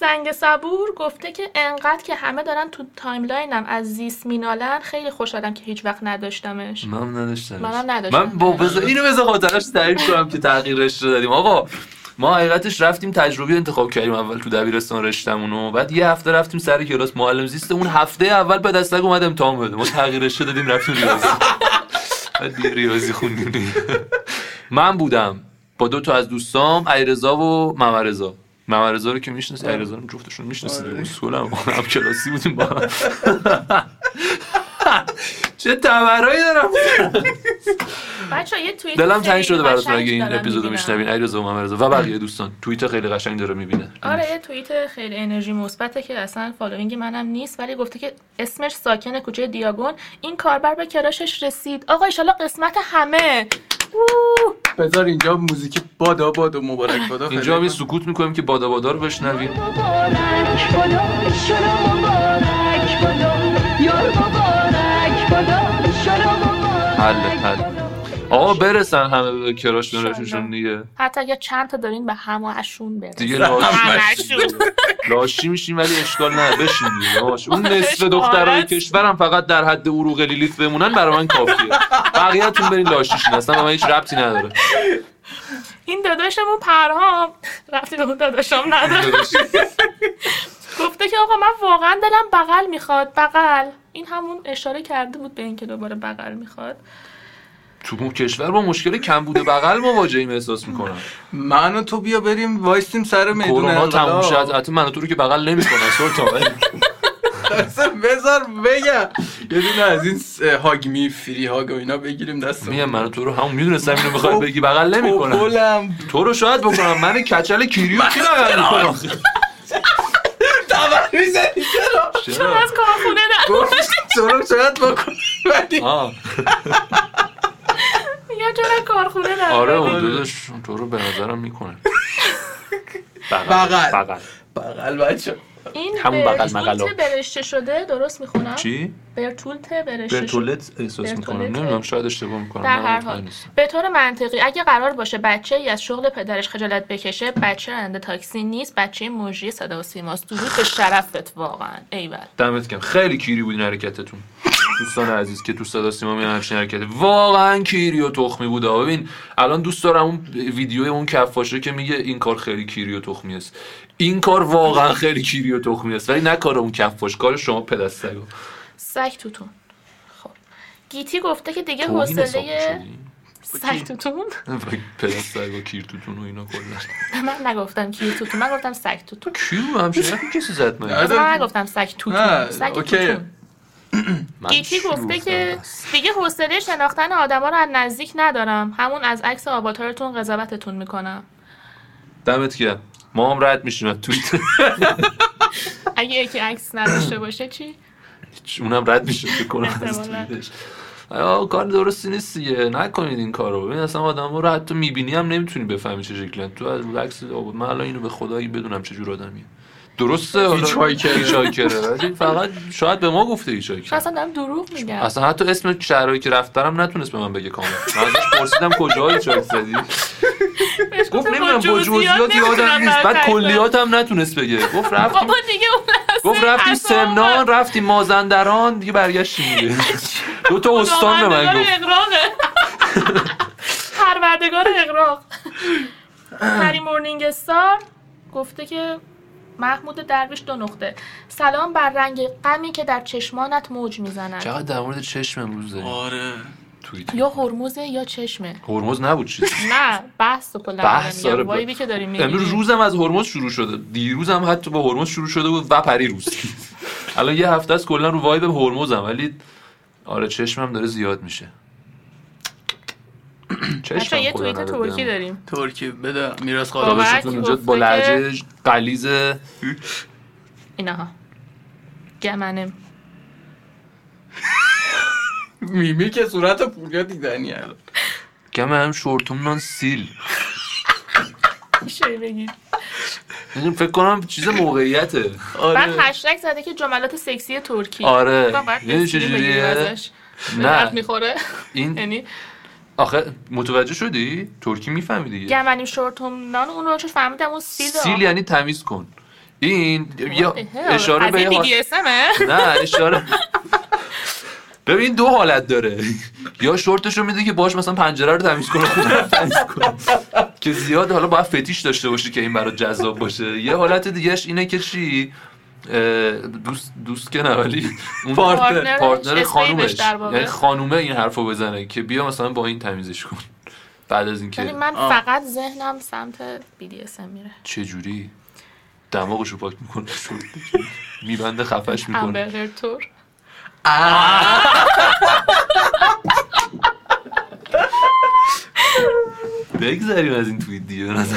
[SPEAKER 3] سنگ صبور گفته که انقدر که همه دارن تو تایملاینم از زیست مینالن خیلی خوشحالم که هیچ وقت نداشتمش
[SPEAKER 1] من نداشتم
[SPEAKER 3] منم نداشتم.
[SPEAKER 1] من با بذار اینو بذار خاطرش تعریف کنم که تغییر رشته دادیم آقا ما حقیقتش رفتیم تجربی انتخاب کردیم اول تو دبیرستان رشتمون و بعد یه هفته رفتیم سر کلاس معلم زیست اون هفته اول به دستک اومد امتحان بده ما تغییر رشته دادیم رفتیم ریاضی بعد دیگه ریاضی خوندیم دیگه. من بودم با دو تا از دوستام ایرزا و ممرزا ممرزا رو که میشناسی ایرزا رو جفتشون میشناسی
[SPEAKER 2] آره.
[SPEAKER 1] اصولا ما هم کلاسی بودیم با هم. چه تبرایی دارم
[SPEAKER 3] بچه یه توییت
[SPEAKER 1] دلم
[SPEAKER 3] خیلی
[SPEAKER 1] تنگ شده براتون
[SPEAKER 3] قشنگ
[SPEAKER 1] اگه این
[SPEAKER 3] دارم
[SPEAKER 1] اپیزودو
[SPEAKER 3] می‌بینم.
[SPEAKER 1] میشنوین علیرضا و ممرزا و بقیه دوستان توییت خیلی قشنگ داره میبینه
[SPEAKER 3] آره یه توییت خیلی انرژی مثبته که اصلا فالوینگ منم نیست ولی گفته که اسمش ساکن کوچه دیاگون این کاربر به کراشش رسید آقا ایشالا قسمت همه اوه.
[SPEAKER 2] بذار اینجا موزیک بادا بادا مبارک بادا خیلی
[SPEAKER 1] اینجا هم یه
[SPEAKER 2] کن.
[SPEAKER 1] سکوت میکنیم که بادا بادا رو بشنویم
[SPEAKER 5] مبارک بادم شنا مبارک بادم یار مبارک بادم شنا مبارک
[SPEAKER 1] حل حل آقا برسن همه به کراش
[SPEAKER 3] انشالله.
[SPEAKER 1] نرششون دیگه
[SPEAKER 3] حتی اگه چند تا دارین به همهشون برسید
[SPEAKER 1] دیگه لاشی
[SPEAKER 3] همه‌شون.
[SPEAKER 1] لاشی میشیم ولی اشکال نه بشین دیگه باش. اون نصف دخترای
[SPEAKER 3] آرست.
[SPEAKER 1] کشورم فقط در حد عروق لیلیت بمونن برای من کافیه بقیه‌تون برین لاشیشین اصلا به من هیچ ربطی نداره
[SPEAKER 3] این داداشمون پرهام رفتی به اون داداشم نداره گفته که آقا من واقعا دلم بغل میخواد بغل این همون اشاره کرده بود به اینکه دوباره بغل میخواد
[SPEAKER 1] تو اون کشور با مشکل کم بوده بغل مواجهیم احساس میکنم
[SPEAKER 2] من و تو بیا بریم وایستیم سر میدون
[SPEAKER 1] کرونا تموم
[SPEAKER 2] انقلاب.
[SPEAKER 1] شد حتی من و تو رو که بغل نمیکنه سلطان
[SPEAKER 2] اصلا بذار بگم یه دونه از این س- هاگ می فری هاگ و اینا بگیریم دستمون
[SPEAKER 1] میگم من تو رو همون میدونستم اینو میخوای بگی بغل نمیکنم
[SPEAKER 2] پولم
[SPEAKER 1] تو رو شاید بکنم من کچل کیریو کی بغل میکنم
[SPEAKER 2] تبر میزنی چرا
[SPEAKER 3] چون از کارخونه در
[SPEAKER 2] سرم شاید بکن ولی
[SPEAKER 1] آه
[SPEAKER 3] میگم چون از کارخونه در
[SPEAKER 1] آره
[SPEAKER 3] اومدی.
[SPEAKER 1] اون داداش تو رو به نظرم میکنه
[SPEAKER 2] بغل.
[SPEAKER 1] بغل
[SPEAKER 2] بغل بچه
[SPEAKER 3] این
[SPEAKER 1] همون بغل مغلا.
[SPEAKER 3] برتولت برشته شده درست میخونم
[SPEAKER 1] چی؟
[SPEAKER 3] برتولت برشته شده
[SPEAKER 1] برتولت احساس میکنم
[SPEAKER 3] برتولت.
[SPEAKER 1] نمیدونم شاید اشتباه میکنم
[SPEAKER 3] در هر حال به طور منطقی اگه قرار باشه بچه ای از شغل پدرش خجالت بکشه بچه راننده تاکسی نیست بچه مجری صدا و سیماست درود به شرفت واقعا ایول
[SPEAKER 1] دمت گرم خیلی کیری بود این حرکتتون دوستان عزیز که تو صدا سیما میان همچین حرکت واقعا کیری و تخمی بود آه. ببین الان دوست دارم اون ویدیوی اون کفاشه که میگه این کار خیلی کیری و تخمی است این کار واقعا خیلی کیری و تخمی است ولی نه کار اون کفاش کار شما پدستگا
[SPEAKER 3] سگ توتون خب گیتی گفته که دیگه
[SPEAKER 1] توهین حساب
[SPEAKER 3] حوصله
[SPEAKER 1] می‌شدی؟
[SPEAKER 3] سگ توتون
[SPEAKER 1] پدستگا کیرتوتون و اینا کلا
[SPEAKER 3] من نگفتم کیر توتون من گفتم سگ توتون
[SPEAKER 1] کیو همچین حرفی کسی زد من
[SPEAKER 2] آره.
[SPEAKER 3] من نگفتم سگ توتون
[SPEAKER 2] نه،
[SPEAKER 3] سگ
[SPEAKER 2] اوکی.
[SPEAKER 3] توتون
[SPEAKER 1] من
[SPEAKER 3] گیتی
[SPEAKER 1] چی
[SPEAKER 3] گفته
[SPEAKER 1] گفتم
[SPEAKER 3] که
[SPEAKER 1] بس؟
[SPEAKER 3] دیگه حوصله شناختن آدما رو از نزدیک ندارم همون از عکس آواتارتون قضاوتتون میکنم
[SPEAKER 1] دمت گرم ما هم رد میشیم از توییتر
[SPEAKER 3] اگه یکی عکس نداشته باشه چی
[SPEAKER 1] اونم رد میشه فکر کنم از
[SPEAKER 3] احتمالاً.
[SPEAKER 1] توییتش. آه، کار درستی نیست دیگه نکنید این کارو ببین اصلا آدم رو حتی میبینی هم نمیتونی بفهمی چه شکلن تو از عکس آبود من الان اینو به خدایی بدونم چه جور آدمیه درسته حالا
[SPEAKER 2] هایکره.
[SPEAKER 1] هایکره. ولی فقط شاید به ما گفته هیچ
[SPEAKER 3] چون اصلا دارم دروغ میگم
[SPEAKER 1] اصلا حتی اسم شهرهایی که رفترم نتونست به من بگه کامل من ازش پرسیدم کجا هیچ زدی گفت نمیدونم با جزئیات یادم نیست بعد کلیات هم نتونست بگه گفت رفتیم
[SPEAKER 3] بابا دیگه اون اصلا
[SPEAKER 1] گفت رفتیم
[SPEAKER 3] اصلا اون
[SPEAKER 1] سمنان رفتیم مازندران دیگه برگشتیم دیگه دو تا استان به من
[SPEAKER 3] خداوندگار
[SPEAKER 1] گفت
[SPEAKER 3] اغراقه پروردگار اقراق هری مورنینگ استار گفته که محمود درویش دو نقطه سلام بر رنگ غمی که در چشمانت موج میزند
[SPEAKER 1] چقدر در مورد چشم امروز داریم
[SPEAKER 2] آره
[SPEAKER 1] توییت
[SPEAKER 3] یا هرمزه یا چشمه
[SPEAKER 1] هرمز نبود چیز
[SPEAKER 3] نه بحث و کلا
[SPEAKER 1] بحث
[SPEAKER 3] دارم
[SPEAKER 1] آره،
[SPEAKER 3] میگم.
[SPEAKER 1] ب-
[SPEAKER 3] وایبی که داریم میگیم
[SPEAKER 1] امروز روزم از هرمز شروع شده دیروزم حتی با هرمز شروع شده بود و پریروز الان یه هفته است کلا رو وایب هرمزم ولی آره چشمم داره زیاد میشه
[SPEAKER 3] بچه‌ها،
[SPEAKER 1] چشمم
[SPEAKER 3] یه
[SPEAKER 1] خدا
[SPEAKER 3] توییت
[SPEAKER 1] نده
[SPEAKER 3] ترکی
[SPEAKER 1] دارم
[SPEAKER 3] داریم
[SPEAKER 2] ترکی بده میراث
[SPEAKER 3] بابا.
[SPEAKER 2] قادر
[SPEAKER 1] داداشتون اینجا
[SPEAKER 3] گفته
[SPEAKER 1] با
[SPEAKER 3] که-
[SPEAKER 1] لحجه قلیز
[SPEAKER 3] اینها گمنم
[SPEAKER 2] میمی که صورت پوریا دیدنی الان
[SPEAKER 1] گم هم شورتومنان سیل
[SPEAKER 3] میشه بگید
[SPEAKER 1] این یعنی فکر کنم چیز موقعیته
[SPEAKER 3] بعد
[SPEAKER 2] آره
[SPEAKER 3] هشتگ زده که جملات سکسی ترکی
[SPEAKER 1] آره
[SPEAKER 3] گفتم باید
[SPEAKER 1] یعنی
[SPEAKER 3] بسیاری بگیریم
[SPEAKER 1] چجوریه
[SPEAKER 3] ازش. به درد
[SPEAKER 1] نه
[SPEAKER 3] میخوره
[SPEAKER 1] این
[SPEAKER 3] یعنی
[SPEAKER 1] آخه متوجه شدی ترکی میفهمی دیگه
[SPEAKER 3] گمنیم شورتومنان اون رو چون فهمیدم اون سیل
[SPEAKER 1] سیل یعنی تمیز کن این یا اشاره به یه حال-
[SPEAKER 3] یه
[SPEAKER 1] نه اشاره ببین دو حالت داره یا شورتشو میده که باش مثلا پنجره رو تمیز کنه خونه رو تمیز کنه که زیاد حالا باید فتیش داشته باشی که این برات جذاب باشه یه حالت دیگهش اینه که چی اه، دوست دوست که نه ولی اون
[SPEAKER 3] پارتنر.
[SPEAKER 1] پارتنر
[SPEAKER 3] اسپینش
[SPEAKER 1] خانومش
[SPEAKER 3] در واقع.
[SPEAKER 1] یعنی خانومه این حرفو بزنه که بیا مثلا با این تمیزش کن بعد از
[SPEAKER 3] یعنی
[SPEAKER 1] اینکه
[SPEAKER 3] من
[SPEAKER 2] آه.
[SPEAKER 3] فقط ذهنم سمت BDSM میره
[SPEAKER 1] چه جوری دماغشو پاک میکنه میبنده خفش میکنه
[SPEAKER 3] امبر هرد تور
[SPEAKER 1] بگذریم از این توییت دیگه به نظر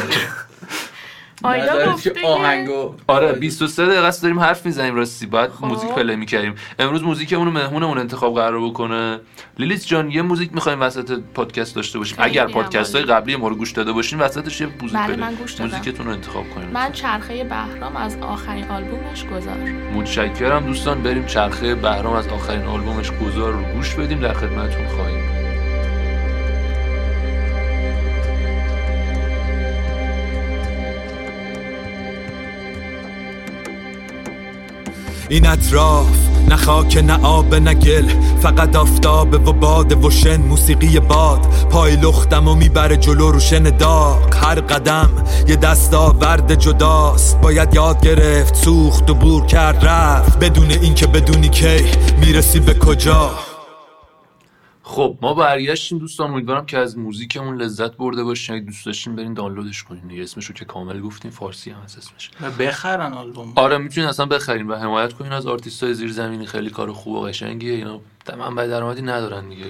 [SPEAKER 3] آیدا
[SPEAKER 2] نظرت
[SPEAKER 3] گفته
[SPEAKER 2] که
[SPEAKER 3] که
[SPEAKER 2] آهنگو
[SPEAKER 1] آره 23 دقیقه است داریم حرف میزنیم راستی بعد
[SPEAKER 3] خب.
[SPEAKER 1] موزیک پلی میکردیم امروز موزیکمون رو مهمونمون انتخاب قرار بکنه لیلیس جان یه موزیک میخوایم وسط پادکست داشته باشیم
[SPEAKER 3] خیلی
[SPEAKER 1] اگر
[SPEAKER 3] عمالی.
[SPEAKER 1] پادکست های قبلی ما رو گوش داده باشین وسطش یه موزیک
[SPEAKER 3] بله،
[SPEAKER 1] پلی
[SPEAKER 3] من گوش دادم.
[SPEAKER 1] موزیکتون رو انتخاب کنیم
[SPEAKER 3] من چرخه بهرام از آخرین آلبومش گذار
[SPEAKER 1] متشکرم دوستان بریم چرخه بهرام از آخرین آلبومش گذار رو گوش بدیم در خدمتتون خواهیم بود.
[SPEAKER 6] این اطراف نه خاک نه آب نه گل فقط آفتابه و باده و شن موسیقی باد پای لختم و میبره جلو روشن داغ هر قدم یه دستاورد جداست باید یاد گرفت سوخت و بور کرد رفت بدون اینکه بدونی کی میرسی به کجا
[SPEAKER 1] خب ما برگشتیم دوستان امیدوارم که از موزیکمون لذت برده باشین اگه دوست داشتین برین دانلودش کنین دیگه اسمشو که کامل گفتیم فارسی هم از اسمش
[SPEAKER 2] بخرن آلبوم
[SPEAKER 1] آره میتونین اصلا بخرین و حمایت کنین از آرتیست های زیرزمینی خیلی کار خوب و قشنگیه اینا تمام درآمدی ندارن دیگه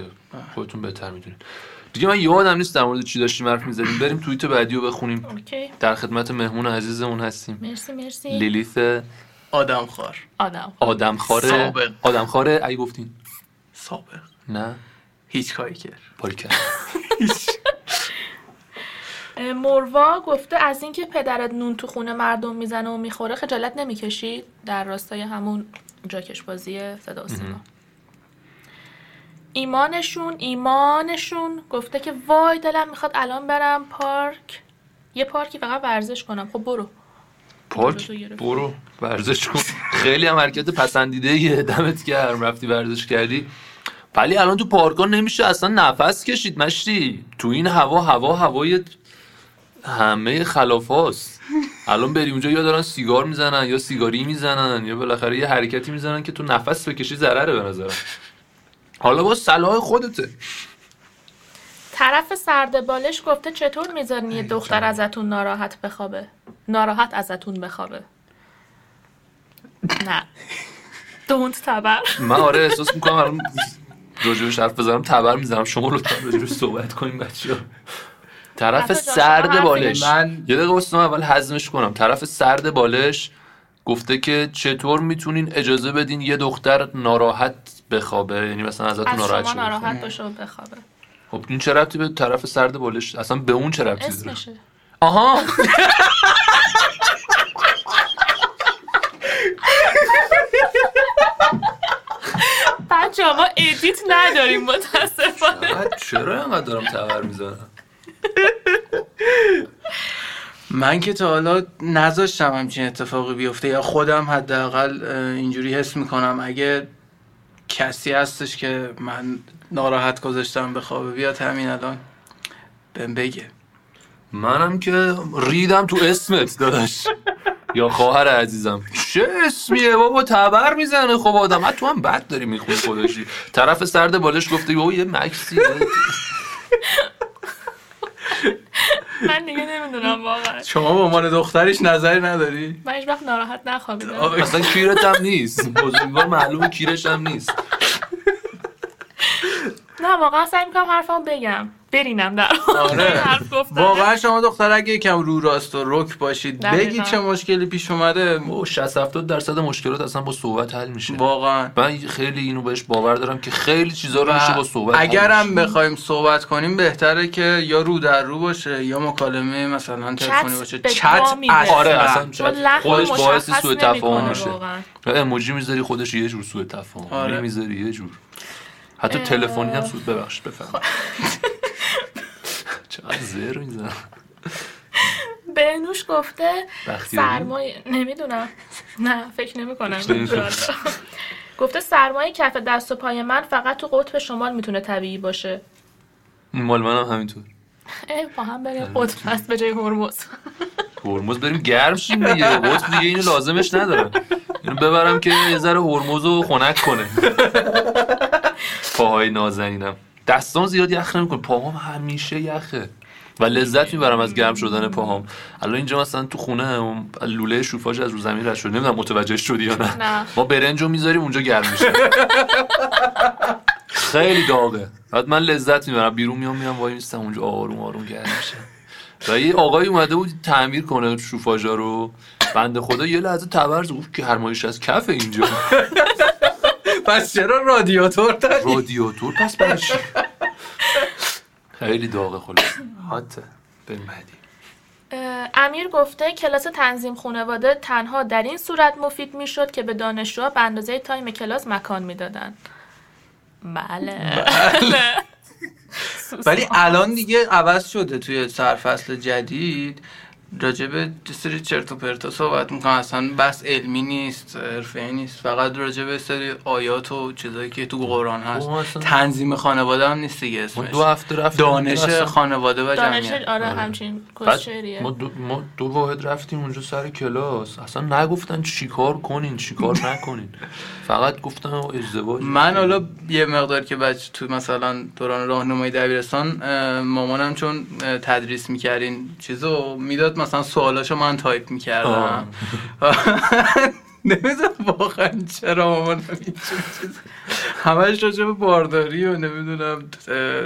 [SPEAKER 1] خودتون بهتر میدونین دیگه من یادم نیست در مورد چی داشتیم حرف میزدیم بریم توییت بعدی رو بخونیم
[SPEAKER 3] اوکی
[SPEAKER 1] در خدمت مهمون عزیزمون هستیم
[SPEAKER 3] مرسی مرسی
[SPEAKER 1] لیلیت
[SPEAKER 2] آدم خار
[SPEAKER 3] آدم
[SPEAKER 1] آدمخواره
[SPEAKER 2] سابق.
[SPEAKER 1] آدمخواره ای گفتین
[SPEAKER 2] سابق
[SPEAKER 1] نه
[SPEAKER 2] هیچ کاری کرد
[SPEAKER 1] پاریکر
[SPEAKER 3] اه، مروا گفته از اینکه پدرت نون تو خونه مردم میزنه و میخوره خجالت نمیکشی در راستای همون جاکش بازی صدا و سیما ایمانشون ایمانشون گفته که وای دلم میخواد الان برم پارک یه پارکی فقط ورزش کنم خب برو
[SPEAKER 1] پارک
[SPEAKER 3] تو گرفت.
[SPEAKER 1] برو ورزش کن خیلی هم حرکت پسندیده یه دمت گرم رفتی ورزش کردی ولی الان تو پارکا نمیشه اصلا نفس کشید مشتی تو این هوا هوا هوای همه خلاف هاست الان بری اونجا یا دارن سیگار میزنن یا سیگاری میزنن یا بالاخره یه حرکتی میزنن که تو نفس بکشی ضرره به نظرم حالا با صلاح خودته
[SPEAKER 3] طرف سرد بالش گفته چطور میذارین یه دختر ازتون ناراحت بخوابه ناراحت ازتون بخوابه نه دونت تبر
[SPEAKER 1] من آره احساس میکنم الان راجبش حرف بزنم تبر میزنم شما لطفا راجبش صحبت کنیم بچه طرف
[SPEAKER 3] حتی جا شما
[SPEAKER 1] سرد
[SPEAKER 3] حرفی
[SPEAKER 1] بالش
[SPEAKER 2] من-
[SPEAKER 1] یه دقیقه واسه من اول هضمش کنم طرف سرد بالش گفته که چطور میتونین اجازه بدین یه دختر ناراحت بخوابه یعنی مثلا ازتون
[SPEAKER 3] از
[SPEAKER 1] ناراحت
[SPEAKER 3] شما
[SPEAKER 1] شده بخوابه.
[SPEAKER 3] ناراحت باشه و بخوابه
[SPEAKER 1] خب این چه ربطی به طرف سرد بالش اصلا به اون چه ربطی داره
[SPEAKER 3] اسمشه
[SPEAKER 1] آها
[SPEAKER 3] بچه ما ادیت نداریم متاسفانه
[SPEAKER 1] من چرا اینقدر دارم تبر میزنم
[SPEAKER 2] من که تا حالا نذاشتم همچین اتفاقی بیفته یا خودم حداقل اه، اینجوری حس میکنم اگه کسی هستش که من ناراحت گذاشتم به خوابه بیاد همین الان بهم بگه
[SPEAKER 1] منم که ریدم تو اسمت داداش یا خواهر عزیزم چه اسمیه بابا تبر میزنه خب آدم حتی تو هم بد داری میخونی خودشی طرف سرد بالش گفته بابا یه مکسی یه-
[SPEAKER 3] من دیگه نمیدونم واقعا
[SPEAKER 2] شما به عنوان دخترش نظری نداری؟
[SPEAKER 3] من هیچ وقت ناراحت نخوابیدم
[SPEAKER 2] آه،
[SPEAKER 1] اصلا کیرت هم نیست بزرگوار معلوم کیرش هم نیست
[SPEAKER 3] نه واقعا سعی میکنم حرفمو بگم برینم در
[SPEAKER 2] آره.
[SPEAKER 3] حرف گفتن
[SPEAKER 2] واقعا شما دختر اگه یکم رو راست و رک باشید
[SPEAKER 3] دقیقاً.
[SPEAKER 2] بگید چه مشکلی پیش اومده
[SPEAKER 1] بابا 60 70 درصد مشکلات اصلا با صحبت حل میشه
[SPEAKER 2] واقعا
[SPEAKER 1] من خیلی اینو بهش باور دارم که خیلی چیزا رو میشه با صحبت حل
[SPEAKER 2] اگرم
[SPEAKER 1] میشه.
[SPEAKER 2] بخوایم صحبت کنیم بهتره که یا رو در رو باشه یا مکالمه مثلا تلفنی باشه
[SPEAKER 3] به
[SPEAKER 2] چت
[SPEAKER 3] گا میده.
[SPEAKER 2] اصلا.
[SPEAKER 1] آره اصلا
[SPEAKER 3] چون لحن
[SPEAKER 1] خودش
[SPEAKER 3] مشخص
[SPEAKER 1] باعث سوء تفاهم
[SPEAKER 3] نمی‌کنه
[SPEAKER 1] میشه
[SPEAKER 3] واقعاً.
[SPEAKER 1] و اموجی میذاری خودش یه جور سوء تفاهم
[SPEAKER 2] آره.
[SPEAKER 1] آره. میذاری یه جور حتی تلفنی هم سوء ببخشید بفهم چقدر زر میزنم
[SPEAKER 3] بهنوش گفته
[SPEAKER 1] بختیاری؟
[SPEAKER 3] سرمایه نمیدونم نه فکر نمیکنم
[SPEAKER 1] نمی‌کنم.
[SPEAKER 3] گفته سرمایه کف دست و پای من فقط تو قطب شمال میتونه طبیعی باشه
[SPEAKER 1] مال منم همینطور
[SPEAKER 3] ای با هم بریم قطب هست به جای هرمز
[SPEAKER 1] هرمز بریم گرم شیم دیگه قطب دیگه اینو لازمش نداره اینو ببرم که یه ذره هرمز رو خنک کنه پاهای نازنینم دستام زیاد یخ نمیکنه پاهام همیشه یخه و لذت میبرم از گرم شدن پاهام الان اینجا مثلا تو خونه اون لوله شوفاژ از رو زمین رد شده نمیدونم متوجه شدی یا نه,
[SPEAKER 3] نه.
[SPEAKER 1] ما برنجو میذاریم اونجا گرم میشه خیلی داغه بعد من لذت میبرم بیرون میام میام وای میستم اونجا آروم آروم گرم میشه و یه آقای اومده بود تعمیر کنه شوفاژا رو بنده خدا یه لحظه تبرز گفت که گرمایش از کف اینجا
[SPEAKER 2] پس چرا رادیاتور داری؟
[SPEAKER 1] رادیاتور پس برای چی؟ خیلی داغه خلاص حاته بریم بعدی
[SPEAKER 3] اه، امیر گفته کلاس تنظیم خانواده تنها در این صورت مفید میشد که به دانشجوها به اندازه تایم کلاس مکان میدادن بله
[SPEAKER 2] ولی الان دیگه عوض شده توی سرفصل جدید راجبه یه سری چرت و پرتا صحبت میکنم اصلا بس علمی نیست حرفه نیست فقط راجبه سری آیات و چیزایی که تو قرآن هست
[SPEAKER 1] او اصلا-
[SPEAKER 2] تنظیم خانواده هم نیست دیگه
[SPEAKER 1] ما
[SPEAKER 2] اسمش
[SPEAKER 1] دو هفته رفتیم
[SPEAKER 2] دانش
[SPEAKER 1] اونجا اصلا.
[SPEAKER 2] خانواده و
[SPEAKER 3] دانش
[SPEAKER 2] جمعیت بله.
[SPEAKER 3] آره همچین
[SPEAKER 1] بعد
[SPEAKER 3] کشریه
[SPEAKER 1] ما دو, ما دو واحد رفتیم اونجا سر کلاس اصلا نگفتن چیکار کنین چیکار نکنین فقط گفتن آقا ازدواج
[SPEAKER 2] من حالا یه مقدار که بچه تو مثلا دوران راهنمایی دبیرستان اه، مامانم چون اه، تدریس میکردین چیزو میداد مثلا سوالاشو من تایپ میکردم نمیدونم واقعا چرا مامانم اینجور چیز همش راجع به بارداری و نمیدونم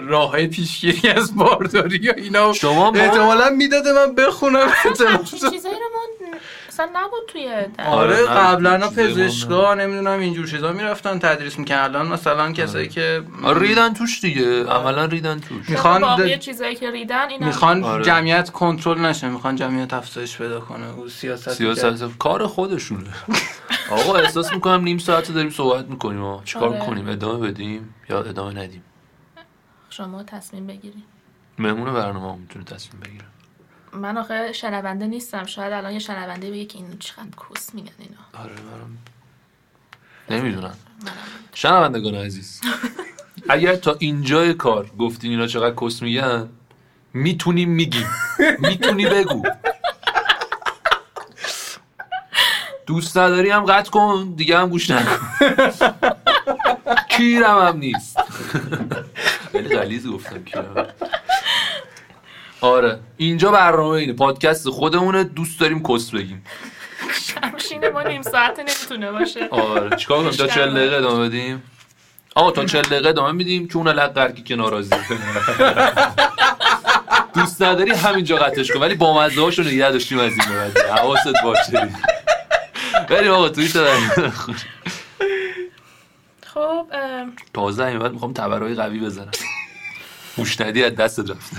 [SPEAKER 2] راه های پیشگیری از بارداری و اینا
[SPEAKER 1] شما با-
[SPEAKER 2] احتمالا میداده من بخونم
[SPEAKER 3] همچین چیزایی رو ما ن- اصلا نبود توی در-
[SPEAKER 1] آره،
[SPEAKER 2] آره
[SPEAKER 1] نه،
[SPEAKER 2] قبلا ها
[SPEAKER 1] چیزای ما نه.
[SPEAKER 2] پزشکا نمیدونم اینجور چیزا میرفتن تدریس میکردن الان مثلا کسایی که
[SPEAKER 1] آره، ریدن توش دیگه عملا ریدن توش
[SPEAKER 2] میخوان
[SPEAKER 3] باقی
[SPEAKER 2] د-
[SPEAKER 3] چیزایی که ریدن اینا
[SPEAKER 2] میخوان
[SPEAKER 1] آره.
[SPEAKER 2] جمعیت کنترل نشه میخوان جمعیت افزایش پیدا کنه او سیاست می‌کرد.
[SPEAKER 1] سیاست کار خودشونه آقا احساس میکنم نیم ساعت داریم صحبت میکنیم چیکار
[SPEAKER 3] آره.
[SPEAKER 1] کنیم ادامه بدیم یا ادامه ندیم
[SPEAKER 3] شما تصمیم بگیرید
[SPEAKER 1] مهمون برنامه هم میتونه تصمیم بگیره
[SPEAKER 3] من آخه شنونده نیستم شاید الان یه شنونده بگه که اینو چقدر کس میگن اینا
[SPEAKER 1] آره منم نمیدونم شنوندگان عزیز اگر تا اینجای کار گفتین اینا چقدر کس میگن میتونی میگی میتونی بگو دوست نداری هم قطع کن دیگه هم گوش نکن کیرم هم نیست خیلی غلیظ گفتم کیرم آره اینجا برنامه اینه پادکست خودمونه دوست داریم کس بگیم
[SPEAKER 3] همشین ما نیم ساعت نمیتونه باشه
[SPEAKER 1] آره چیکار کنیم تا 40 دقیقه ادامه بدیم آقا تا 40 دقیقه ادامه میدیم چون لق قرقی که ناراضی دوست نداری همینجا قطعش کن ولی با مزه هاشو نگه داشتیم از این به بعد حواست باشه بریم آقا توییت رو.
[SPEAKER 3] خب ام،
[SPEAKER 1] تازه همین بعد میخوام تبرای قوی بزنم گوش ندی از دست رفته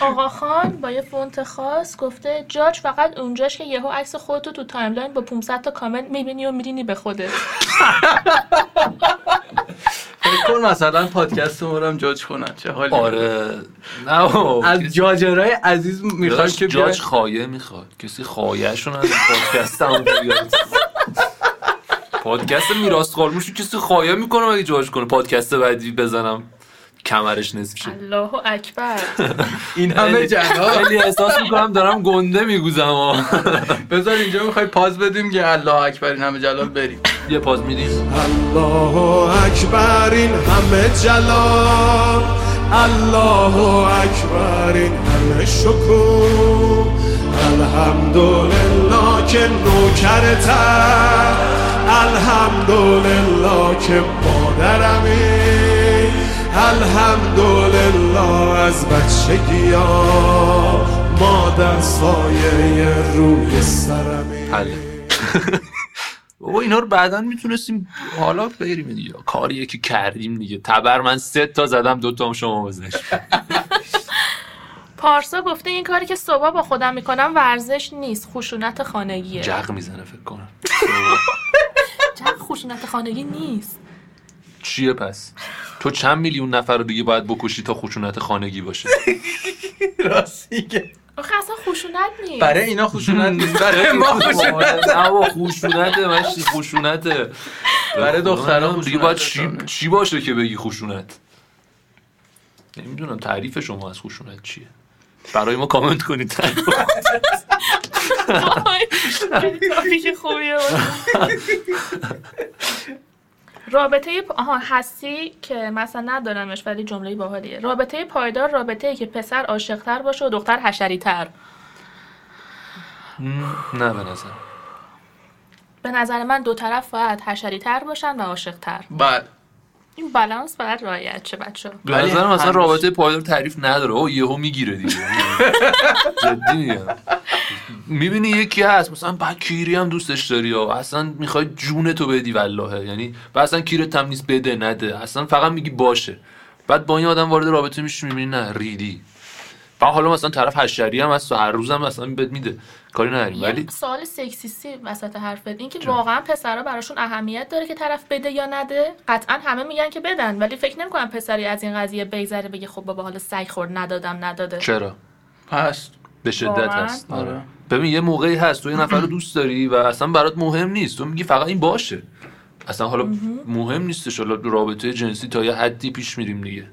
[SPEAKER 3] آقا خان با یه فونت خاص گفته جاج فقط اونجاش که یهو عکس خودتو تو تایملاین با 500 تا کامنت میبینی و میرینی به خودت
[SPEAKER 2] فکر کن مثلا پادکست ما رو هم جاج کنن چه حالی
[SPEAKER 1] آره نه بابا.
[SPEAKER 2] از جاجرای عزیز میخوام
[SPEAKER 1] داداش،
[SPEAKER 2] که بیان
[SPEAKER 1] جاج خایه میخواد کسی خایهشون از این پادکست هم بیاد پادکست میراث خارموش کسی خایه میکنه مگه جاج کنه پادکست بعدی بزنم کمرش نصف شه
[SPEAKER 3] الله اکبر
[SPEAKER 2] این همه جلا
[SPEAKER 1] خیلی احساس میکنم دارم گنده میگوزم
[SPEAKER 2] بذار اینجا میخوای پاز بدیم که الله اکبر این همه جلال بریم
[SPEAKER 1] یه پاس میدیم
[SPEAKER 7] الله اکبر این همه جلال الله اکبر این همه شکوه الحمدلله که نوکرتم الحمدلله که مادرمی الحمدلله از بچگی ها مادر سایه روی سرمی
[SPEAKER 1] حله بابا اینا رو بعدا میتونستیم حالا بریم دیگه کاریه که کردیم دیگه تبر من سه تا زدم دو تا هم شما بزنش
[SPEAKER 3] پارسا گفته این کاری که صبح با خودم میکنم ورزش نیست خشونت خانگیه
[SPEAKER 1] جق میزنه فکر کنم
[SPEAKER 3] چقدر خشونت خانگی نیست
[SPEAKER 1] چیه پس تو چند میلیون نفر رو دیگه باید بکشی تا خشونت خانگی باشه
[SPEAKER 2] راستی که
[SPEAKER 3] آخه اصلا خشونت نیست
[SPEAKER 2] برای اینا خوشونت نیست برای ما خوشونت
[SPEAKER 1] آره، خشونته مشتی خشونته
[SPEAKER 2] برای دخترها
[SPEAKER 1] دیگه باید چی,
[SPEAKER 2] خشونت
[SPEAKER 1] چی باشه که بگی خشونت نمیدونم تعریف شما از خشونت چیه برای ما کامنت کنید
[SPEAKER 3] وای، خیلی تاپیک خوبیه رابطه پ- آها هستی که مثلا ندارمش ولی جمله باحالیه رابطه پایدار رابطه ای که پسر عاشقتر باشه و دختر حشری تر
[SPEAKER 1] نه به نظر
[SPEAKER 3] به نظر من دو طرف باید حشری تر باشن و عاشق تر
[SPEAKER 2] بله
[SPEAKER 3] این بالانس باید رعایت چه بچه
[SPEAKER 1] به
[SPEAKER 2] ولی
[SPEAKER 1] نظرم اصلا
[SPEAKER 2] همیشه-
[SPEAKER 1] رابطه پایدار تعریف نداره او یهو میگیره دیگه جدی میگم میبینی یکی هست مثلا بعد کیری هم دوستش داری ها اصلا میخوای جون تو بدی والله یعنی و اصلا کیرت هم نیست بده نده اصلا فقط میگی باشه بعد با این آدم وارد رابطه میشی میبینی نه ریدی و حالا مثلا طرف هشتری هم هست و هر روز هم مثلا بد میده کاری نداریم ولی
[SPEAKER 3] یه سوال سکسیستی وسط حرفت این که واقعا پسرا براشون اهمیت داره که طرف بده یا نده قطعا همه میگن که بدن ولی فکر نمیکنم پسری از این قضیه بگذره بگه خب بابا حالا سگ خورد ندادم نداده
[SPEAKER 1] چرا
[SPEAKER 2] هست
[SPEAKER 1] به شدت
[SPEAKER 3] واقعاً؟
[SPEAKER 1] هست
[SPEAKER 2] آره.
[SPEAKER 1] ببین یه موقعی هست تو یه نفر رو دوست داری و اصلا برات مهم نیست تو میگی فقط این باشه اصلا حالا مهم نیستش حالا رابطه جنسی تا یه حدی پیش میریم دیگه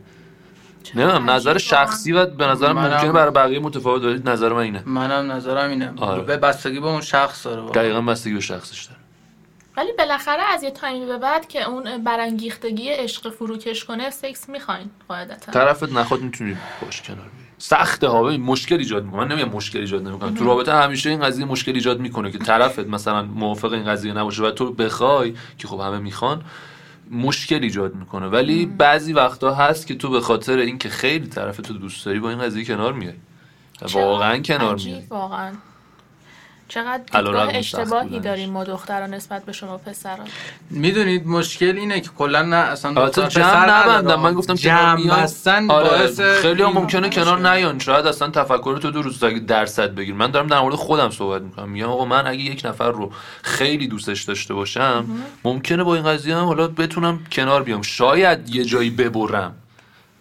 [SPEAKER 1] نمیدونم نظر
[SPEAKER 3] عجیبه واقعاً.
[SPEAKER 1] شخصی و به نظرم
[SPEAKER 2] منم-
[SPEAKER 1] ممکنه برای بقیه متفاوت دارید نظر من اینه
[SPEAKER 2] منم نظرم اینه
[SPEAKER 1] آره.
[SPEAKER 2] به بستگی به اون شخص داره واقعا.
[SPEAKER 1] دقیقا بستگی به شخصش داره
[SPEAKER 3] ولی بالاخره از یه تایمی به بعد که اون برانگیختگی عشق فروکش کنه سکس میخواین قاعدتا
[SPEAKER 1] طرفت نخواد میتونی باش کنار بیای سخته ها ببین مشکل ایجاد میکنه من نمیگم مشکل ایجاد نمیکنه تو رابطه همیشه این قضیه مشکل ایجاد میکنه که طرفت مثلا موافق این قضیه نباشه و تو بخوای که خب همه میخوان مشکل ایجاد میکنه ولی بعضی وقتا هست که تو به خاطر اینکه خیلی طرف تو دوست داری با این قضیه کنار میای واقعا
[SPEAKER 3] چقدر
[SPEAKER 1] کنار
[SPEAKER 3] عجیب
[SPEAKER 1] میای
[SPEAKER 3] واقعا چقدر
[SPEAKER 1] علیرغم
[SPEAKER 3] دیدگاه
[SPEAKER 1] سخت
[SPEAKER 3] اشتباهی
[SPEAKER 1] بودنش.
[SPEAKER 3] داریم ما دختران نسبت به شما پسران
[SPEAKER 2] میدونید مشکل اینه که کلا نه اصلا
[SPEAKER 1] البته
[SPEAKER 2] دختر
[SPEAKER 1] آره، جمع
[SPEAKER 2] پسر نداره.
[SPEAKER 1] نبندم من گفتم کنار
[SPEAKER 2] جمع
[SPEAKER 1] میان.
[SPEAKER 2] بستن
[SPEAKER 1] آره،
[SPEAKER 2] باعث
[SPEAKER 1] خیلی هم
[SPEAKER 2] این
[SPEAKER 1] ممکنه
[SPEAKER 2] مشکل.
[SPEAKER 1] کنار نیان شاید اصلا تفکر تو دو روز اگه درصد بگیر من دارم در مورد خودم صحبت میکنم میگم آقا من اگه یک نفر رو خیلی دوستش داشته باشم ممکنه با این قضیه هم حالا بتونم کنار بیام شاید یه جایی ببرم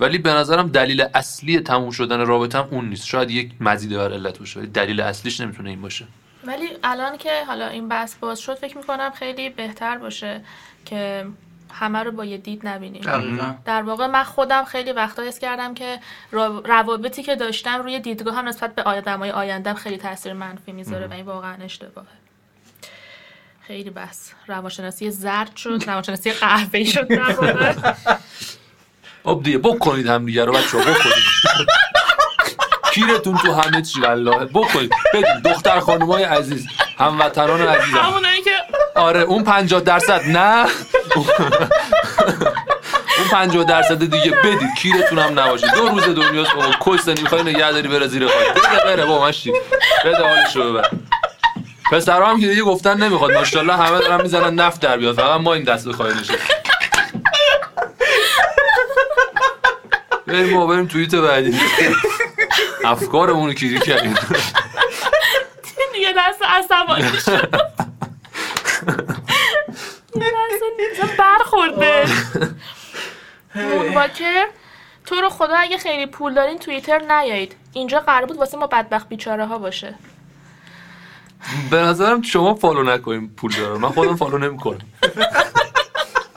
[SPEAKER 1] ولی به نظرم دلیل اصلی تموم شدن رابطم اون نیست شاید یک مزیده بر علت باشه ولی دلیل اصلیش نمیتونه این باشه
[SPEAKER 3] ولی الان که حالا این بحث باز شد فکر میکنم خیلی بهتر باشه که همه رو با یه دید نبینیم
[SPEAKER 2] دقیقاً.
[SPEAKER 3] در واقع من خودم خیلی وقتا حس کردم که را- روابطی که داشتم روی دیدگاه هم نسبت به آدمای آیندم خیلی تاثیر منفی میذاره و این واقعا اشتباهه خیلی بس روانشناسی زرد شد روانشناسی قهوه‌ای شد در واقع
[SPEAKER 1] آب خب دیگه بکنید هم دیگه رو بچه‌ها بکنید پیرتون تو همه چی والله بکنید بدین دختر خانمای عزیز هموطنان عزیزم
[SPEAKER 3] همونایی که
[SPEAKER 1] آره اون 50 درصد نه اون 50 درصد دیگه بدید کیرتون هم نباشه دو روز دنیاست بابا کشتن میخوای نگه داری بره زیر خاک بده بره بابا مشتی بده حالشو ببر پسرها هم که دیگه گفتن نمیخواد ماشاءالله همه دارن میزنن نفت در بیاد فقط ما این دست بخواهی نشه بریم بابا بریم توییت بعدی افکارمون رو کیری کردیم
[SPEAKER 3] دیگه دست عصبانی شد یه لحظه برخورده مونواکر تو رو خدا اگه خیلی پول دارین توییتر نیایید اینجا قرار بود واسه ما بدبخت بیچاره ها باشه
[SPEAKER 1] به نظرم شما فالو نکنیم پول دارم من خودم فالو نمیکنم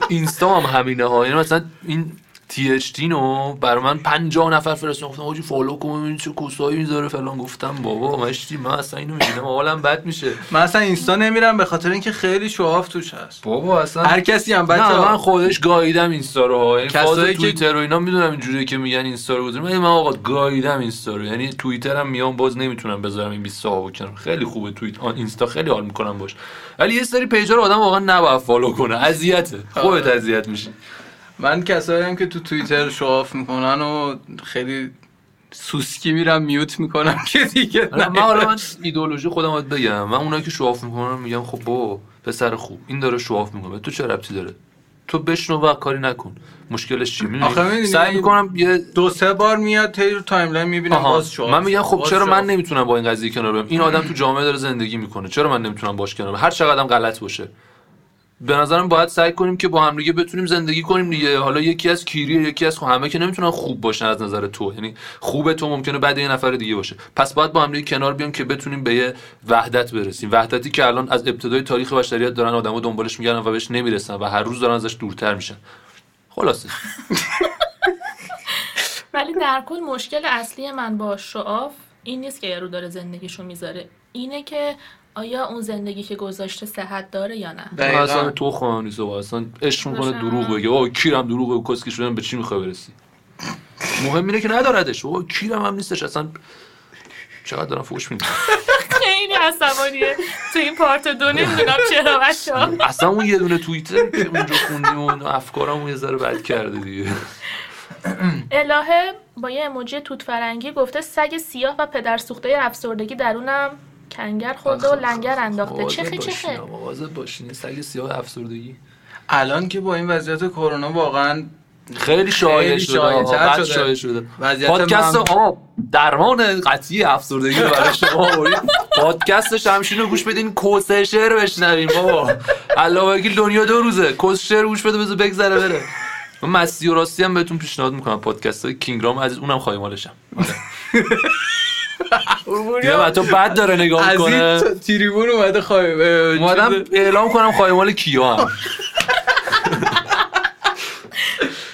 [SPEAKER 1] اینستا هم همینه ها یعنی مثلا این تی اچ رو برای من 50 نفر فرستادن گفتم حاجی فالو کن ببین چه کسایی میذاره فلان گفتم بابا مشتی من اصلا اینو میبینم حالم بد میشه
[SPEAKER 2] من اصلا اینستا نمیرم به خاطر اینکه خیلی شواف توش هست
[SPEAKER 1] بابا اصلا
[SPEAKER 2] هر کسی هم
[SPEAKER 1] نه
[SPEAKER 2] بچه
[SPEAKER 1] من خودش گاییدم اینستا رو ها. یعنی فاز
[SPEAKER 2] کسایی که-
[SPEAKER 1] توییتر رو اینا میدونم اینجوریه که میگن اینستا رو گذاریم ولی من آقا گاییدم اینستا رو یعنی توییترم میام باز نمیتونم بذارم این 20 تا بکنم خیلی خوبه توییت آن اینستا خیلی حال میکنم باش ولی یه سری پیجا رو آدم واقعا نباید فالو کنه اذیته خودت
[SPEAKER 2] آره.
[SPEAKER 1] اذیت میشی
[SPEAKER 2] من کسایی هم که تو توییتر شواف میکنن و خیلی سوسکی میرم میوت میکنم که دیگه
[SPEAKER 1] من
[SPEAKER 2] نه.
[SPEAKER 1] حالا من ایدئولوژی خودم باید بگم من اونایی که شواف میکنن میگم خب با پسر خوب این داره شواف میکنه تو چه ربطی داره تو بشنو و کاری نکن مشکلش چی می‌دونی؟
[SPEAKER 2] آخه می‌دونی- یعنی
[SPEAKER 1] سعی میکنم یه
[SPEAKER 2] دو سه بار میاد تی رو تایملاین میبینم
[SPEAKER 1] آها.
[SPEAKER 2] باز شواف
[SPEAKER 1] من میگم خب
[SPEAKER 2] باز
[SPEAKER 1] چرا
[SPEAKER 2] شواف.
[SPEAKER 1] من نمیتونم با این قضیه کنار بیام این آدم تو جامعه داره زندگی میکنه چرا من نمیتونم باش کنار بیام؟ هر چقدرم غلط باشه به نظرم باید سعی کنیم که با هم دیگه بتونیم زندگی کنیم دیگه حالا یکی از کیریه یکی از خو همه که نمیتونن خوب باشن از نظر تو یعنی خوب تو ممکنه بعد یه نفر دیگه باشه پس باید با هم دیگه کنار بیام که بتونیم به یه وحدت برسیم وحدتی که الان از ابتدای تاریخ بشریت دارن آدما دنبالش میگردن و بهش نمیرسن و هر روز دارن ازش دورتر میشن خلاصه
[SPEAKER 3] ولی در کل مشکل اصلی من با شعاف این نیست که یارو داره زندگیشو میذاره اینه که آیا اون زندگی که گذاشته صحت داره یا نه
[SPEAKER 2] دقیقاً.
[SPEAKER 1] اصلا تو خواهان نیست بابا اصلا عشق میکنه دروغ بگه آه کیرم دروغ بگه کسکی شدن به چی میخوای برسی مهم اینه که نداردش آه کیرم هم نیستش اصلا چقدر دارم فوش میدم
[SPEAKER 3] خیلی عصبانیه تو این پارت دو نمیدونم چرا بچه ها
[SPEAKER 1] اصلا اون یه دونه توییتر که اونجا خوندیم و اون افکارم یه ذره بد کرده دیگه
[SPEAKER 3] الهه با یه اموجی توت فرنگی گفته سگ سیاه و پدر سوخته افسردگی درونم کنگر خورده و لنگر انداخته چخه چخه
[SPEAKER 1] مواظب باشین سگ سیاه افسردگی
[SPEAKER 2] الان که با این وضعیت کرونا واقعا
[SPEAKER 1] خیلی شایع
[SPEAKER 2] خیلی
[SPEAKER 1] شده
[SPEAKER 2] شایع‌تر
[SPEAKER 1] آقا، قد
[SPEAKER 2] شده.
[SPEAKER 1] شایع شده
[SPEAKER 2] وضعیت
[SPEAKER 1] پادکست
[SPEAKER 2] من-
[SPEAKER 1] آقا درمان قطعی افسردگی رو برای شما آورید پادکست شمشین رو گوش بدین کوسه شعر بشنویم بابا الله وکیل دنیا دو روزه کوس شعر گوش بده بذار بگذره بره من مستی و راستی هم بهتون پیشنهاد میکنم پادکست های کینگرام عزیز اونم خواهی مالشم آره. دیگه بعد تو بد داره نگاه
[SPEAKER 2] از
[SPEAKER 1] میکنه
[SPEAKER 2] این تریبون اومده خواهی
[SPEAKER 1] خب اومدم اعلام کنم خواهی مال کیا هم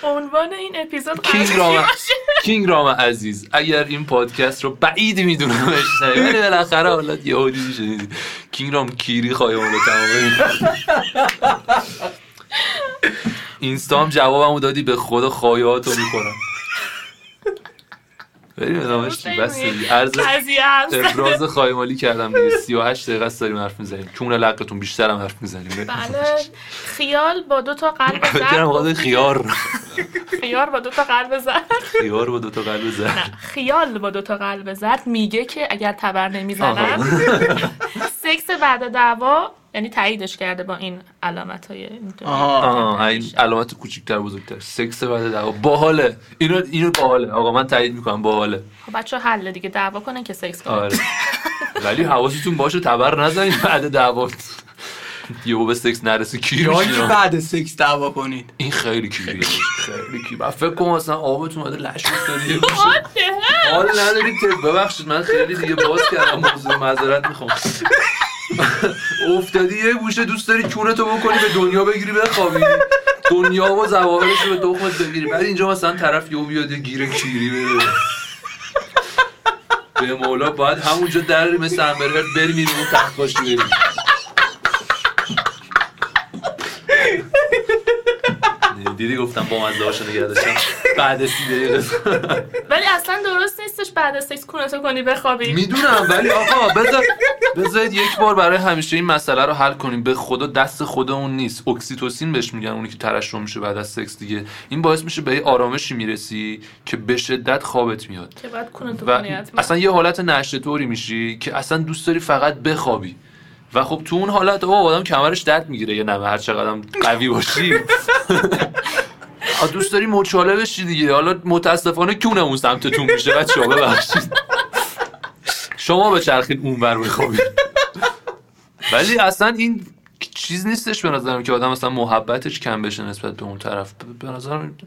[SPEAKER 3] عنوان این اپیزود
[SPEAKER 1] کینگ
[SPEAKER 3] قرار
[SPEAKER 1] رام
[SPEAKER 3] باشه.
[SPEAKER 1] کینگ رام عزیز اگر این پادکست رو بعید میدونم بشنوی ولی بالاخره حالا یه اودیزی شنیدی کینگ رام کیری خواهی اون رو تمام ببین. اینستام جوابمو دادی به خدا خواهیاتو میکنم بریم ادامه شدی بس دیگه. عرض
[SPEAKER 3] قضیه هست
[SPEAKER 1] ابراز خایمالی کردم دیگه 38 دقیقه است داریم حرف میزنیم چون لقتون بیشتر هم حرف میزنیم
[SPEAKER 3] بله خیال با دو تا قلب
[SPEAKER 1] فکرم
[SPEAKER 3] زرد
[SPEAKER 1] خواهد خیار
[SPEAKER 3] بله. خیال با دو تا قلب زرد
[SPEAKER 1] خیار با دوتا قلب زرد
[SPEAKER 3] خیال با دو تا قلب زرد میگه که اگر تبر نمیزنن
[SPEAKER 1] آها.
[SPEAKER 3] سکس بعد دعوا یعنی تاییدش کرده با این علامت های
[SPEAKER 2] آها
[SPEAKER 1] آها این علامت کوچیک‌تر بزرگتر سکس بعد دعوا باحاله اینو اینو باحاله آقا من تایید میکنم باحاله
[SPEAKER 3] بچه خب حل دیگه دعوا کنن که سکس کنن
[SPEAKER 1] آره ولی حواستون باشه تبر نزنید بعد دعوا یهو به سکس نرسه کیر
[SPEAKER 2] یا اینکه
[SPEAKER 1] می‌شین.
[SPEAKER 2] یعنی بعد سکس دعوا کنید
[SPEAKER 1] این خیلی کیریه خیلی کیر من فکر کنم اصلا آبتون اومده لش افتاده
[SPEAKER 3] What the hell؟
[SPEAKER 1] حال ندارید که ببخشید من خیلی دیگه باز کردم موضوع معذرت میخوام افتادی یه گوشه دوست داری کونه تو بکنی به دنیا بگیری بخوابی دنیا و زواهرش رو به تخمت بگیری بعد اینجا مثلا طرف یهو بیاد یه گیر کیری بده به مولا باید همونجا دری مثل همبرگر برمیری و تخت بری دیدی گفتم با مزه هاشو نگه داشتم بعد سی دقیقه
[SPEAKER 3] ولی اصلا درست نیستش بعد از سکس کونتو کنی بخوابی
[SPEAKER 1] میدونم ولی آقا بذار بذارید یک بار برای همیشه این مسئله رو حل کنیم به خدا دست خودمون نیست اکسیتوسین بهش میگن اونی که ترشح میشه بعد از سکس دیگه این باعث میشه به یه آرامشی میرسی که به شدت خوابت میاد
[SPEAKER 3] که باید کونتو
[SPEAKER 1] و
[SPEAKER 3] کنی حتما
[SPEAKER 1] اصلا یه حالت نشتطوری میشی که اصلا دوست داری فقط بخوابی و خب تو اون حالت او آدم کمرش درد میگیره یه نمه هر چقدر هم قوی باشی آه، دوست داری مچاله بشی دیگه حالا متاسفانه کونه اون سمتتون میشه بچه ها ببخشید شما به چرخین اون بر بخوابید ولی اصلا این چیز نیستش به نظرم که آدم اصلا محبتش کم بشه نسبت به اون طرف به نظرم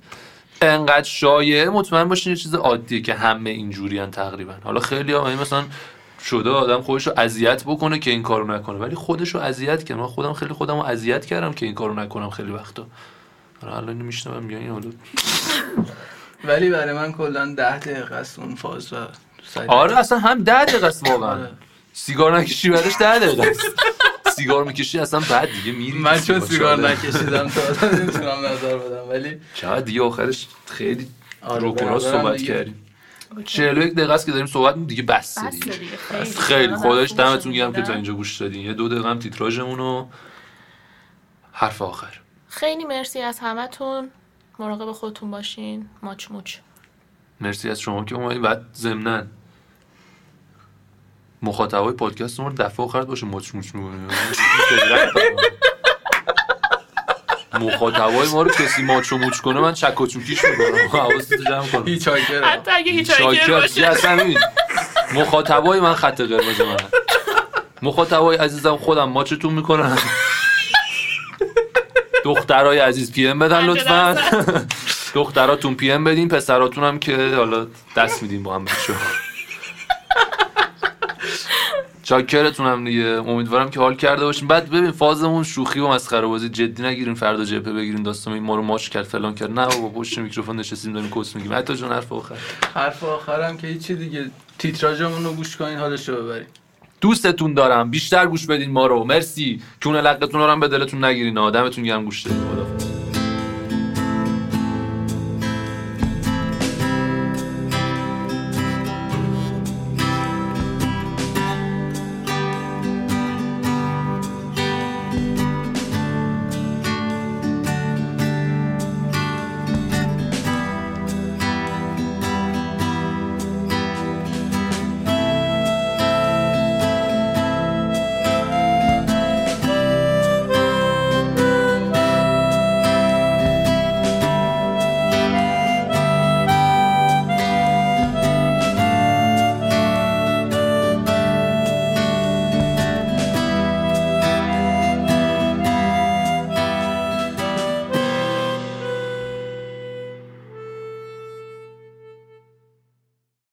[SPEAKER 1] انقدر شایعه مطمئن باشین یه چیز عادیه که همه اینجوری تقریبا حالا خیلی ها این مثلا شده آدم خودش رو اذیت بکنه که این کارو نکنه ولی خودش رو اذیت کرد من خودم خیلی خودم رو اذیت کردم که این کارو نکنم خیلی وقتا حالا الان میشنوم میگن این حالا
[SPEAKER 2] ولی برای من کلا ده دقیقه است اون فاز و سعی-
[SPEAKER 1] آره اصلا هم ده دقیقه است واقعا
[SPEAKER 2] آره.
[SPEAKER 1] سیگار نکشی بعدش ده دقیقه است سیگار میکشی اصلا بعد دیگه میری
[SPEAKER 2] من چون سیگار نکشیدم تا الان نمیتونم نظر بدم ولی
[SPEAKER 1] چقدر دیگه آخرش خیلی
[SPEAKER 2] آره،
[SPEAKER 1] رو
[SPEAKER 2] به
[SPEAKER 1] کلاس
[SPEAKER 2] نظرم
[SPEAKER 1] صحبت
[SPEAKER 2] دیگه.
[SPEAKER 1] کردیم 41 دقیقه است که داریم صحبت می‌کنیم، دیگه بس
[SPEAKER 3] بس
[SPEAKER 1] دیگه
[SPEAKER 3] دیگه خیلی
[SPEAKER 1] خیلی خودش
[SPEAKER 3] آدم
[SPEAKER 1] دمتون گرم که تا
[SPEAKER 3] خوشم
[SPEAKER 1] اینجا گوش دادین یه دو دقیقه هم تیتراژمون و حرف آخر
[SPEAKER 3] خیلی مرسی از همتون مراقب خودتون باشین ماچ موچ
[SPEAKER 1] مرسی از شما که اومدین و ضمناً مخاطبای پادکست رو دفعه آخر باشه مچ مچ می‌کنه. مخاطبای ما رو کسی ماچ و موچ کنه من چک و چوکیش میکنم حواستو جمع کن
[SPEAKER 2] هیچ آکر
[SPEAKER 3] حتی اگه هیچ
[SPEAKER 1] شاکر
[SPEAKER 3] آیکر باشه
[SPEAKER 1] دیگه اصلا ببین، مخاطبای من خط قرمز من مخاطبای عزیزم خودم ماچتون میکنم دخترای عزیز پی ام بدن لطفا دختراتون پی ام بدین پسراتون هم که حالا دست میدین با هم بچه چاکرتون هم دیگه امیدوارم که حال کرده باشین بعد ببین فازمون شوخی و مسخره بازی جدی نگیرین فردا جبهه بگیرین داستان این ما رو ماچ کرد فلان کرد نه بابا پشت میکروفون نشستیم داریم کس میگیم حتی جون حرف آخر
[SPEAKER 2] حرف آخرم که هیچی دیگه تیتراژمون رو گوش کنین حالش رو ببرین
[SPEAKER 1] دوستتون دارم بیشتر گوش بدین ما رو مرسی کونه لقتون رو هم به دلتون نگیرین آدمتون گرم گوش بدین خداحافظ.